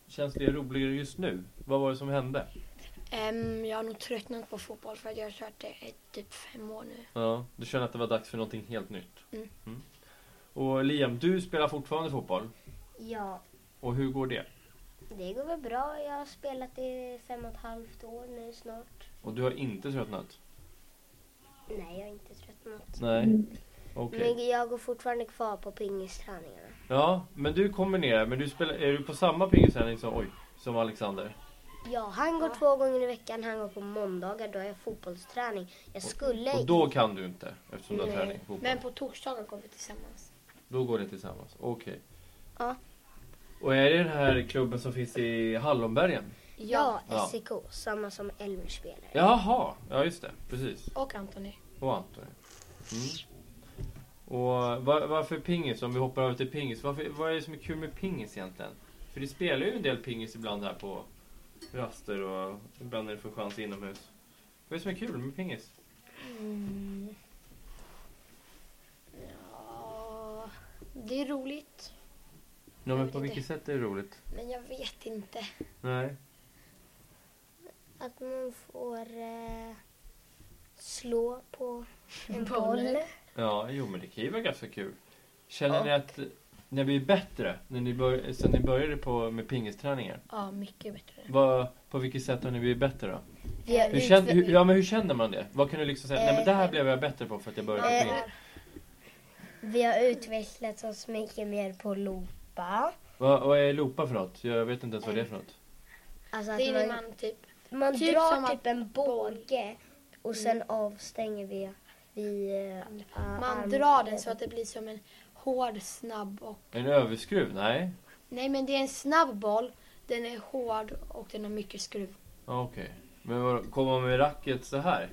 känns det roligare just nu? Vad var det som hände?
Ehm, jag har nog tröttnat på fotboll för att jag har kört det i typ fem år nu.
Ja, du känner att det var dags för någonting helt nytt?
Mm.
Och Liam, du spelar fortfarande fotboll.
Ja,
Och hur går det?
det går väl bra. Jag har spelat i fem och ett halvt år nu snart.
Och du har inte tröttnat?
Nej, jag har inte tröttnat.
Nej. Okej.
Men jag går fortfarande kvar på pingisträningarna.
Ja, men du kombinerar. Men du spelar, är du på samma pingisträning som, oj, som Alexander?
Ja, han går två gånger i veckan. Han går på måndagar. Då har jag fotbollsträning. Jag skulle...
Och då kan du inte, eftersom du har
Nej.
träning på fotboll.
Men på torsdagar går vi tillsammans.
Då går det tillsammans. Okej.
Ja.
Och är det den här klubben som finns i Hallonbergen?
Ja,
Ja.
SIK. Samma som Elmer spelare.
Jaha, ja just det. Precis.
Och Anthony.
Och Anton. Mm. Och va- varför pingis? Om vi hoppar över till pingis. Varför, vad är det som är kul med pingis egentligen? För det spelar ju en del pingis ibland här på raster och ibland är det för chans inomhus. Vad är det som är kul med pingis?
Mm. Ja, det är roligt.
Ja, men
vet
på
inte.
vilket sätt är det roligt?
Men jag vet inte.
Nej.
Att man får eh, slå på en
Boll.
boll.
Ja, jo men det kan ju vara ganska kul. Känner ni att när vi är bättre, när ni bör, sen ni började på, med pingisträningar,
Ja, mycket bättre.
vad, på vilket sätt har ni blivit bättre då?
Vi har
Hur känner, hur,
utve-
ja, men hur känner man det? Vad kan du liksom säga, nej men det här
Eh,
blev jag bättre på för att jag började med
eh,
pingis?
Vi har utvecklat oss mycket mer på loopa.
Vad, vad är loopa för något? Jag vet inte ens vad det är för något.
Alltså
Det är när
att man
man typ...
man
typ som
drar
att-
typ en båge och sen avstänger vi, vi eh,
Man
arm-
drar den så att det blir som en hård, snabb och...
En överskruv? Nej?
Nej, men det är en snabb boll. Den är hård och den har mycket skruv.
Ja, Okej. Men vad, kommer man med racket så här?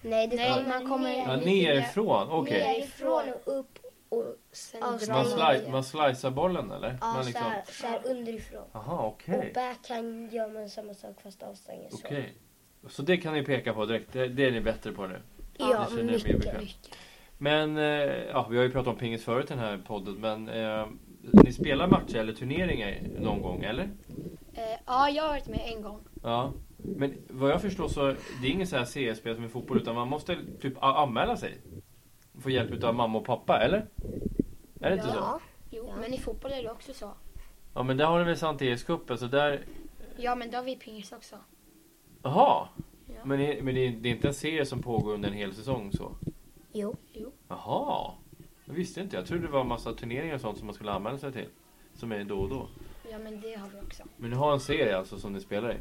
Nej, det
Nej,
kommer
man kommer...
Ja, nerifrån? Okej.
nerifrån och upp och
Sen
Man
drar
Man,
slide-
sli, man slicear bollen eller?
ja,
man liksom-
så, här, så här underifrån.
Aha, okej.
Och backhand gör man samma sak fast avstänger så.
Okej. Så det kan ni peka på direkt. Det, det är ni bättre på nu.
Ja,
Alltså, det känner jag mig
mycket.
bekväm. Men, eh, ja, vi har ju pratat om pingis förut i den här podden. Men eh, ni spelar matcher eller turneringar någon gång, eller?
Eh, ja, jag har varit med en gång.
Ja. Men vad jag förstår så det är ingen så här CS-spel som i fotboll utan man måste typ a- anmäla sig. Få hjälp av mamma och pappa, eller? Är det inte så?
Ja. Jo, men i fotboll är det också så.
Ja, men där har ni väl E Sankt Erikscupen så alltså där...
Ja, men då har vi pingis också.
Jaha!
Ja.
Men, det, men det, är- det är inte en serie som pågår under en hel säsong så?
Jo.
Jo.
Jaha! Det visste inte jag. Jag trodde det var en massa turneringar och sånt som man skulle anmäla sig till. Som är då och då.
Ja, men det har vi också.
Men ni har en serie alltså som ni spelar i?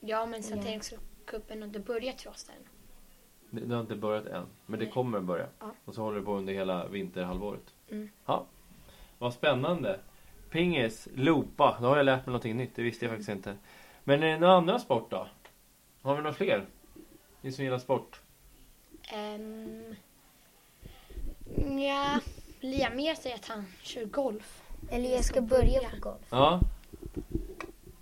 Ja, men santeringscupen har inte börjat för oss än.
Det, det har inte börjat än, men det
Nej.
kommer att börja.
Ja.
Och så håller det på under hela vinterhalvåret.
Mm.
Ja. Vad spännande. Pingis, loopa. Då har jag lärt mig någonting nytt. Det visste jag faktiskt inte. Men är det några andra sport då? Har vi några fler? Ni som gillar sport?
Um, ja, Liam mer säger att han kör golf.
Eller jag ska börja på golf.
Ja.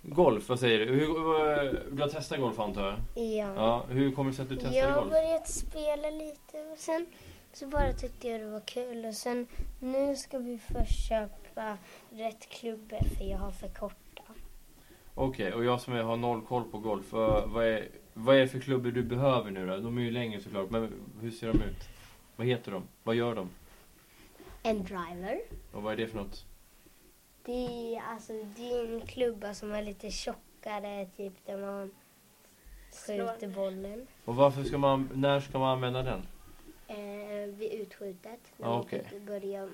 Golf, vad säger du? Hur, hur, du har testat golf antar jag?
Ja.
Ja. Hur kommer det sig att du testade
Jag har
golf?
börjat spela lite och sen så bara tyckte jag det var kul och sen nu ska vi först köpa rätt klubbor för jag har för korta.
Okej, och jag som är- har noll koll på golf. Vad, vad, är, vad är det för klubbor du behöver nu då? De är ju längre såklart, men hur ser de ut? Vad heter de? Vad gör de?
En driver.
Och vad är det för något?
Det är alltså din klubba som är lite tjockare, typ där man skjuter bollen.
Och varför ska man, när ska man använda den?
Eh, vid utskjutet. när
Ah,
man
okej.
skjuter börjar,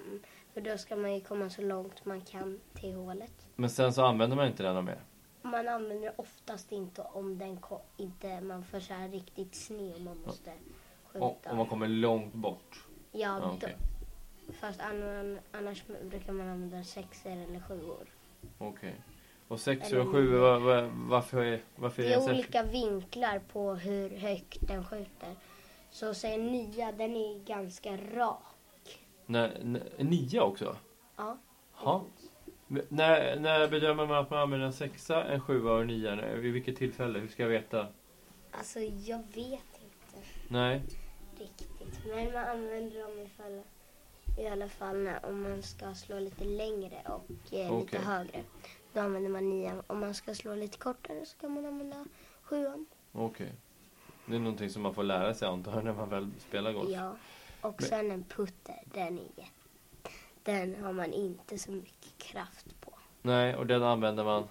för då ska man ju komma så långt man kan till hålet.
Men sen så använder man inte den mer.
Man använder oftast inte om den ko- inte man får så här riktigt sned och man måste skjuta.
Och, Ah. om man kommer långt bort.
Ja,
Ja,
då,
okej.
fast annan, annars brukar man använda sexor eller sjuor.
Okej. Och sex
Eller
och sju, va, va, varför är, varför
Det
är det
är
sex?
olika vinklar på hur högt den skjuter. Så säg nia, den är ganska rak.
Nej, nej, Nio också?
Ja.
Ha. När, när bedömer man att man använder en sexa, en sjua och en nia? Nej, Vid vilket tillfälle? Hur ska jag veta?
Alltså jag vet inte
Nej.
riktigt. Men man använder dem ifall, i alla fall när, om man ska slå lite längre och eh,
Okej.
lite högre. Då använder man nian. Om man ska slå lite kortare så kan man använda sjuan.
Okej. Det är någonting som man får lära sig antar jag när man väl spelar golf.
Ja. Och
Men-
sen en putter, den är jätte... Den har man inte så mycket kraft på.
Nej, och den använder man?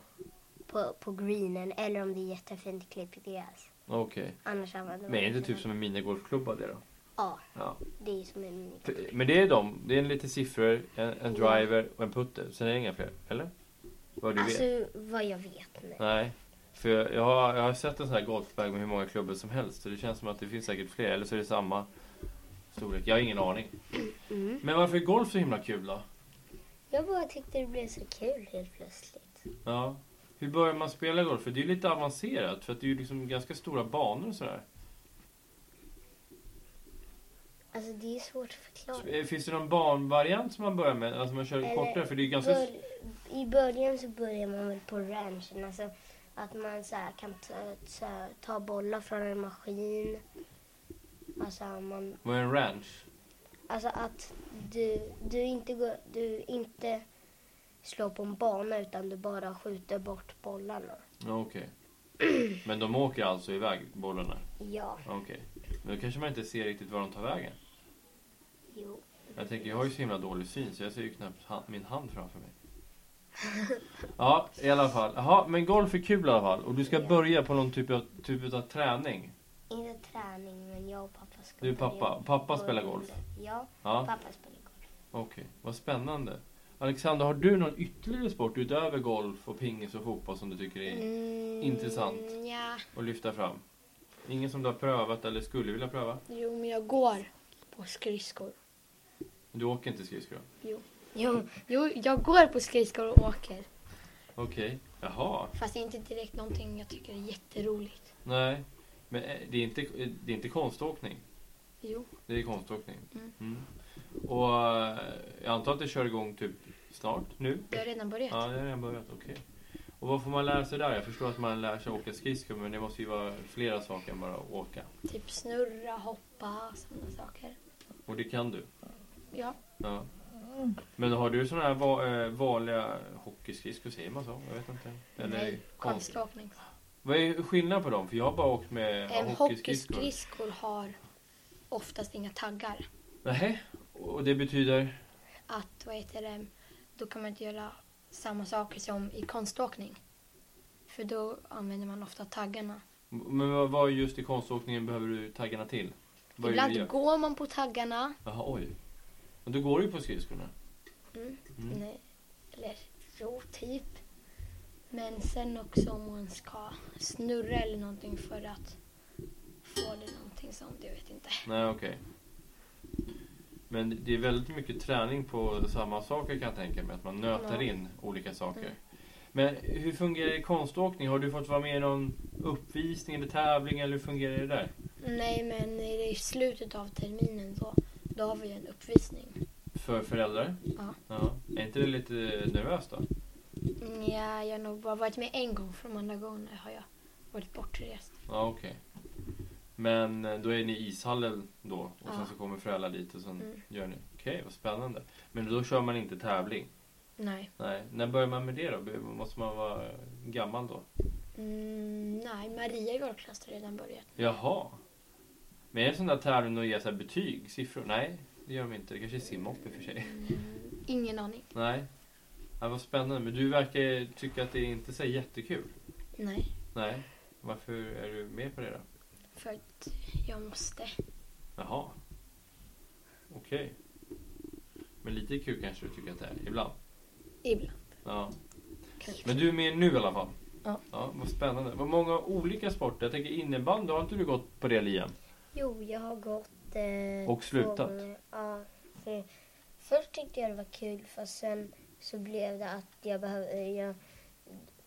På, på greenen eller om det är jättefint klippt gräs.
Okej.
Annars använder man
Men är det inte
inte
typ
den.
som en minigolfklubba det då?
Ja,
Ja.
det är som en mini.
För- Men det är de. Det är lite siffror, en, en driver och en putter. Sen är det inga fler. Eller? Vad du vet?
Alltså vad jag vet nu.
Nej. För jag, jag, har, jag har sett en sån här golfbag med hur många klubbor som helst. Så det känns som att det finns säkert fler. Eller så är det
Mm.
samma storlek. Jag har ingen aning. Men varför är golf så himla kul då?
Jag bara tyckte det blev så kul helt plötsligt.
Ja. Hur börjar man spela golf? För det är ju lite avancerat. För att det är ju liksom ganska stora banor och sådär.
Alltså det är svårt att förklara.
Eh, Finns det någon banvariant som man börjar med? Alltså man kör
Eller
kortare? För det är ju ganska...
Bör, I början så börjar man väl på ranchen. Alltså att man så här kan ta, ta, ta bollar från en maskin. Alltså, man,
Vad är en ranch?
alltså att du, du, inte går, du inte slår på en bana utan du bara skjuter bort bollarna.
Ja, okej. Men de åker alltså iväg, bollarna?
Ja,
Ja, Okej. Men då kanske man inte ser riktigt var de tar vägen.
jo.
Jag tänker, jag har ju så himla dålig syn så jag ser ju knappt hand, min hand framför mig. Ja, i alla fall. Jaha, men golf är kul i alla fall. Och du ska börja på någon typ av, typ av träning.
Inte träning men jag och pappa ska
Du är
börja
pappa. Pappa
på-
spelar golf.
Ja,
Ja,
pappa spelar golf.
okej. Vad spännande. Alexander, har du någon ytterligare sport utöver golf och pingis och fotboll som du tycker är
Mm,
Intressant.
Ja,
att lyfta fram? Ingen som du har prövat eller skulle vilja pröva?
jo men jag går på skridskor.
Du åker inte skridskor?
Jo, jo, jag går på skridskor och åker.
Okej. Jaha.
Fast det är inte direkt någonting jag tycker är jätteroligt.
Nej. Men eh, det är inte, det är inte konståkning?
Jo,
Det är konståkning.
Mm.
Mm. Och eh, jag antar att det kör igång typ snart? Nu?
jag har redan börjat.
Ja, det har redan börjat. Okej. Och vad får man lära sig där? Jag förstår att man lär sig åka skridskor men det måste ju vara flera saker än bara att åka.
Typ snurra, hoppa, sådana saker.
Och det kan du?
Ja.
Ja. Men har du sådana här va- eh, vanliga hockeyskridskor? Säger man så? Jag vet inte. Eller
Nej,
konst-
konståkning.
Vad är skillnaden på dem? För jag har bara åkt med
Ehm,
hockeyskridskor.
Hockeyskridskor har oftast inga taggar.
Nej. Och det betyder?
Att, vad heter det, då kan man inte göra samma saker som i konståkning. För då använder man ofta taggarna.
Men vad- vad just i konståkningen behöver du taggarna till? Vad är det du gör?
Ibland går man på taggarna.
Jaha, oj. Men då går du ju på skridskorna. Mm.
Nej, eller jo, typ. Men sen också om man ska snurra eller någonting för att få det någonting sånt, jag vet inte.
Nej, okej. Men det är väldigt mycket träning på samma saker kan jag tänka mig. Att man nöter
Ja. Mm.
in olika saker. Men hur fungerar det i konståkning? Har du fått vara med i någon uppvisning eller tävling? Eller hur fungerar det där?
Nej, men i slutet av terminen då, då har vi en uppvisning.
För föräldrar?
Ja.
Är inte det lite nervöst då?
Mm, Ja, jag har nog bara varit med en gång, för de andra gångerna har jag varit bortrest.
Ja, okej. Men eh, då är ni i ishallen då och sen
Ja.
så kommer föräldrar dit och sen
Mm.
gör ni. Okej, vad spännande. Men då kör man inte tävling?
Nej.
Nej, när börjar man med det då? Be- Måste man vara gammal då?
Mm, nej, Maria i vår klass har redan börjat.
Jaha. Men är det sån där tävling de ger så här betyg, siffror? Nej, det gör de inte. Det kanske är simhopp i och för sig. [LAUGHS]
Ingen aning.
Nej. Ja, vad spännande. Men du verkar tycka att det inte är så jättekul.
Nej,
Nej. Varför är du med på det då?
för att jag måste.
Jaha. Okej. Men lite kul kanske du tycker att det är, ibland.
Ibland.
Ja.
Kanske.
Men du är med nu i alla fall?
Ja.
ja vad spännande. Vad många olika sporter. Jag tänker innebandy, har inte du gått på det Liam?
Jo, jag har gått eh,
Och slutat.
två gånger. Ja, för, först tyckte jag det var kul, fast sen så blev det att jag behövde... Jag,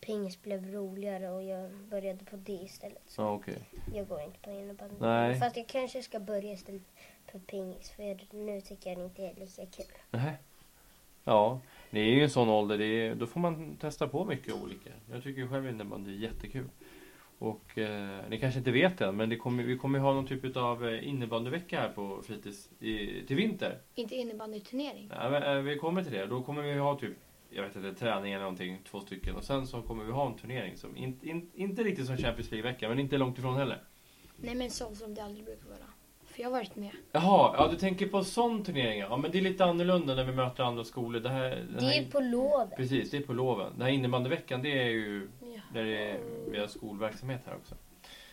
pingis blev roligare och jag började på det istället. Så
Ja, okej.
jag går inte på innebandy.
Nej.
Fast jag kanske ska börja istället på pingis, för nu tycker jag det inte är lika kul.
Nej. Ja, det är ju en sån ålder. Det är, då får man testa på mycket olika. Jag tycker ju själv innebandy är jättekul. Och eh, ni kanske inte vet än, men det kommer, vi kommer ju ha någon typ av innebandyvecka här på fritids i, till vinter.
Inte innebandyturnering.
Ja, men, eh, vi kommer till det. Då kommer vi ha typ, jag vet inte, träning eller någonting, två stycken. Och sen så kommer vi ha en turnering som, in, in, inte riktigt som Champions League-vecka, men inte långt ifrån heller.
Nej, men så som det aldrig brukar vara. För jag har varit med.
Jaha, ja du tänker på sån turnering ja. Ja, men det är lite annorlunda när vi möter andra skolor. Det, här, den
Det
här,
är på lovet.
Precis, det är på loven. Den här innebandyveckan, det är ju
Ja.
där det är, vi har skolverksamhet här också.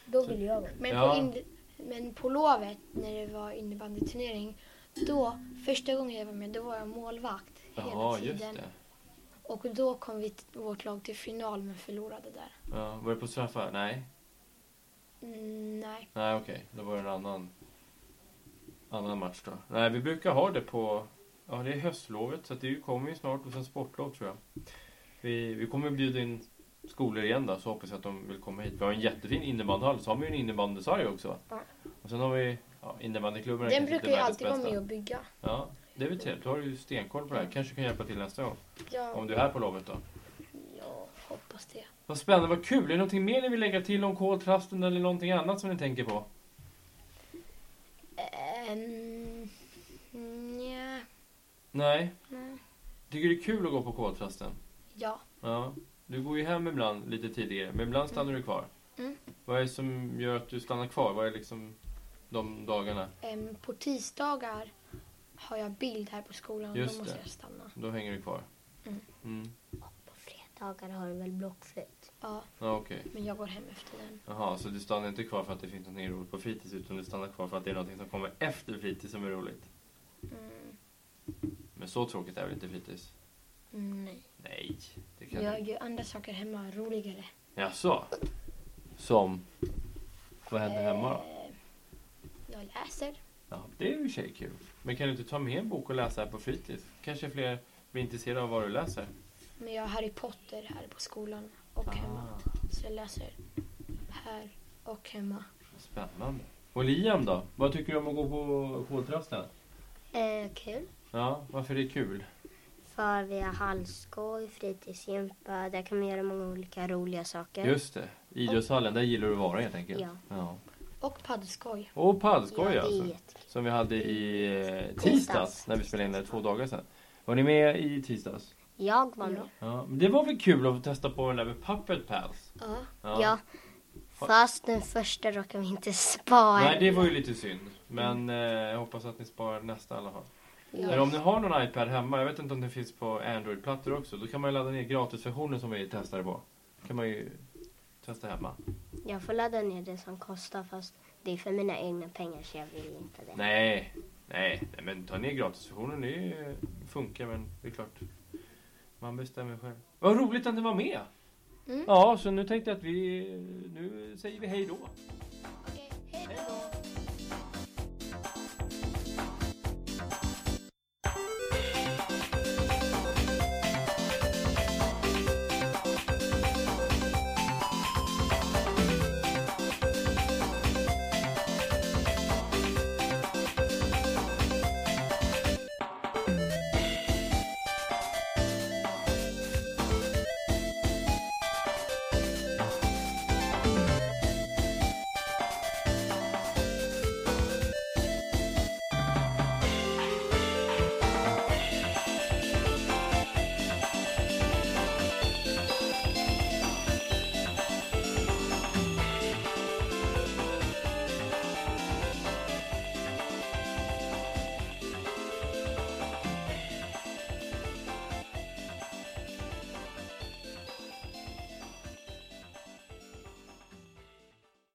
Då vill jag vara.
Men,
Ja.
på in, men på lovet när det var innebandyturnering, då första gången jag var med då var jag målvakt hela
Jaha,
tiden.
just det.
Och då kom vi, t- vårt lag till final men förlorade där.
Ja, var det på straffar? Nej,
Mm, nej,
nej okej. Då var det en annan, annan match då. Nej, vi brukar ha det på Ja, det är höstlovet så att det kommer ju snart och sen sportlov tror jag. Vi, vi kommer bjuda in skolor igen då, så hoppas jag att de vill komma hit. Vi har en jättefin innebandyhall, så har vi ju en innebandysarg också. va?
Ja.
Och sen har vi ja, innebandyklubben. är
Den
kanske inte
brukar ju
världens
alltid vara
bästa.
med och bygga.
Ja, det är väl trevligt. Då har du ju stenkoll på det här. Kanske kan hjälpa till nästa gång.
Ja,
Om du är här på lovet då.
jag hoppas det.
Vad spännande, vad kul! Är det någonting mer ni vill lägga till om koltrasten eller någonting annat som ni tänker på?
Um, nja,
Nej?
Nej.
Tycker det är kul att gå på koltrasten?
ja.
Ja. Du går ju hem ibland lite tidigare, men ibland stannar du kvar.
Mm.
Vad är det som gör att du stannar kvar? Vad är liksom de dagarna?
Em, ehm, på tisdagar har jag bild här på skolan.
Just
då måste
det.
jag stanna.
Då hänger du kvar?
Mm.
Mm.
På fredagar har du väl blockflöjt?
Ja,
Ja, okej.
men jag går hem efter den.
Jaha, så du stannar inte kvar för att det finns något roligt på fritids utan du stannar kvar för att det är något som kommer efter fritids som är roligt.
Mm,
Men så tråkigt är väl inte fritids?
nej.
Nej, det kan
Jag
jag...
gör andra saker hemma roligare.
Jaså? Som? Vad händer hemma då?
Eh, Jag läser.
Ja, det är ju i och för sig kul. Men kan du inte ta med en bok och läsa här på fritids? Kanske fler blir intresserade av vad du läser?
Men jag har Harry Potter här på skolan
Ah.
och hemma. Så jag läser här och hemma.
Spännande. Och Liam då? Vad tycker du om att gå på koltrasten?
Eh, kul.
Ja, varför är det kul?
För vi har halsskoj, fritidsgympa. Där kan man göra många olika roliga saker.
Just det, idrottshallen, där gillar du att vara helt enkelt.
Ja.
Och paddelskoj.
Och
ja,
paddskoj
det är
alltså.
jättekul.
Som vi hade i eh, tisdags
Tisdags.
när vi spelade in det två dagar sedan. Var ni med i tisdags?
Jag var med.
Ja, men det var väl kul att få testa på den där med puppet pals?
Ja.
Ja. Fast den första råkade vi inte spara.
Nej, det var ju lite synd. Men eh, jag hoppas att ni sparar nästa i alla fall.
Ja.
Men om ni har någon iPad hemma, jag vet inte om den finns på Android-plattor också, då kan man ju ladda ner gratisversionen som vi testade på. kan man ju testa hemma.
Jag får ladda ner det som kostar fast det är för mina egna pengar så jag vill inte det.
Nej, nej, nej men ta ner gratisversionen, det eh, funkar men det är klart. Man bestämmer själv. Vad roligt att ni var med! Ja, så nu tänkte jag att vi, nu säger vi hej då.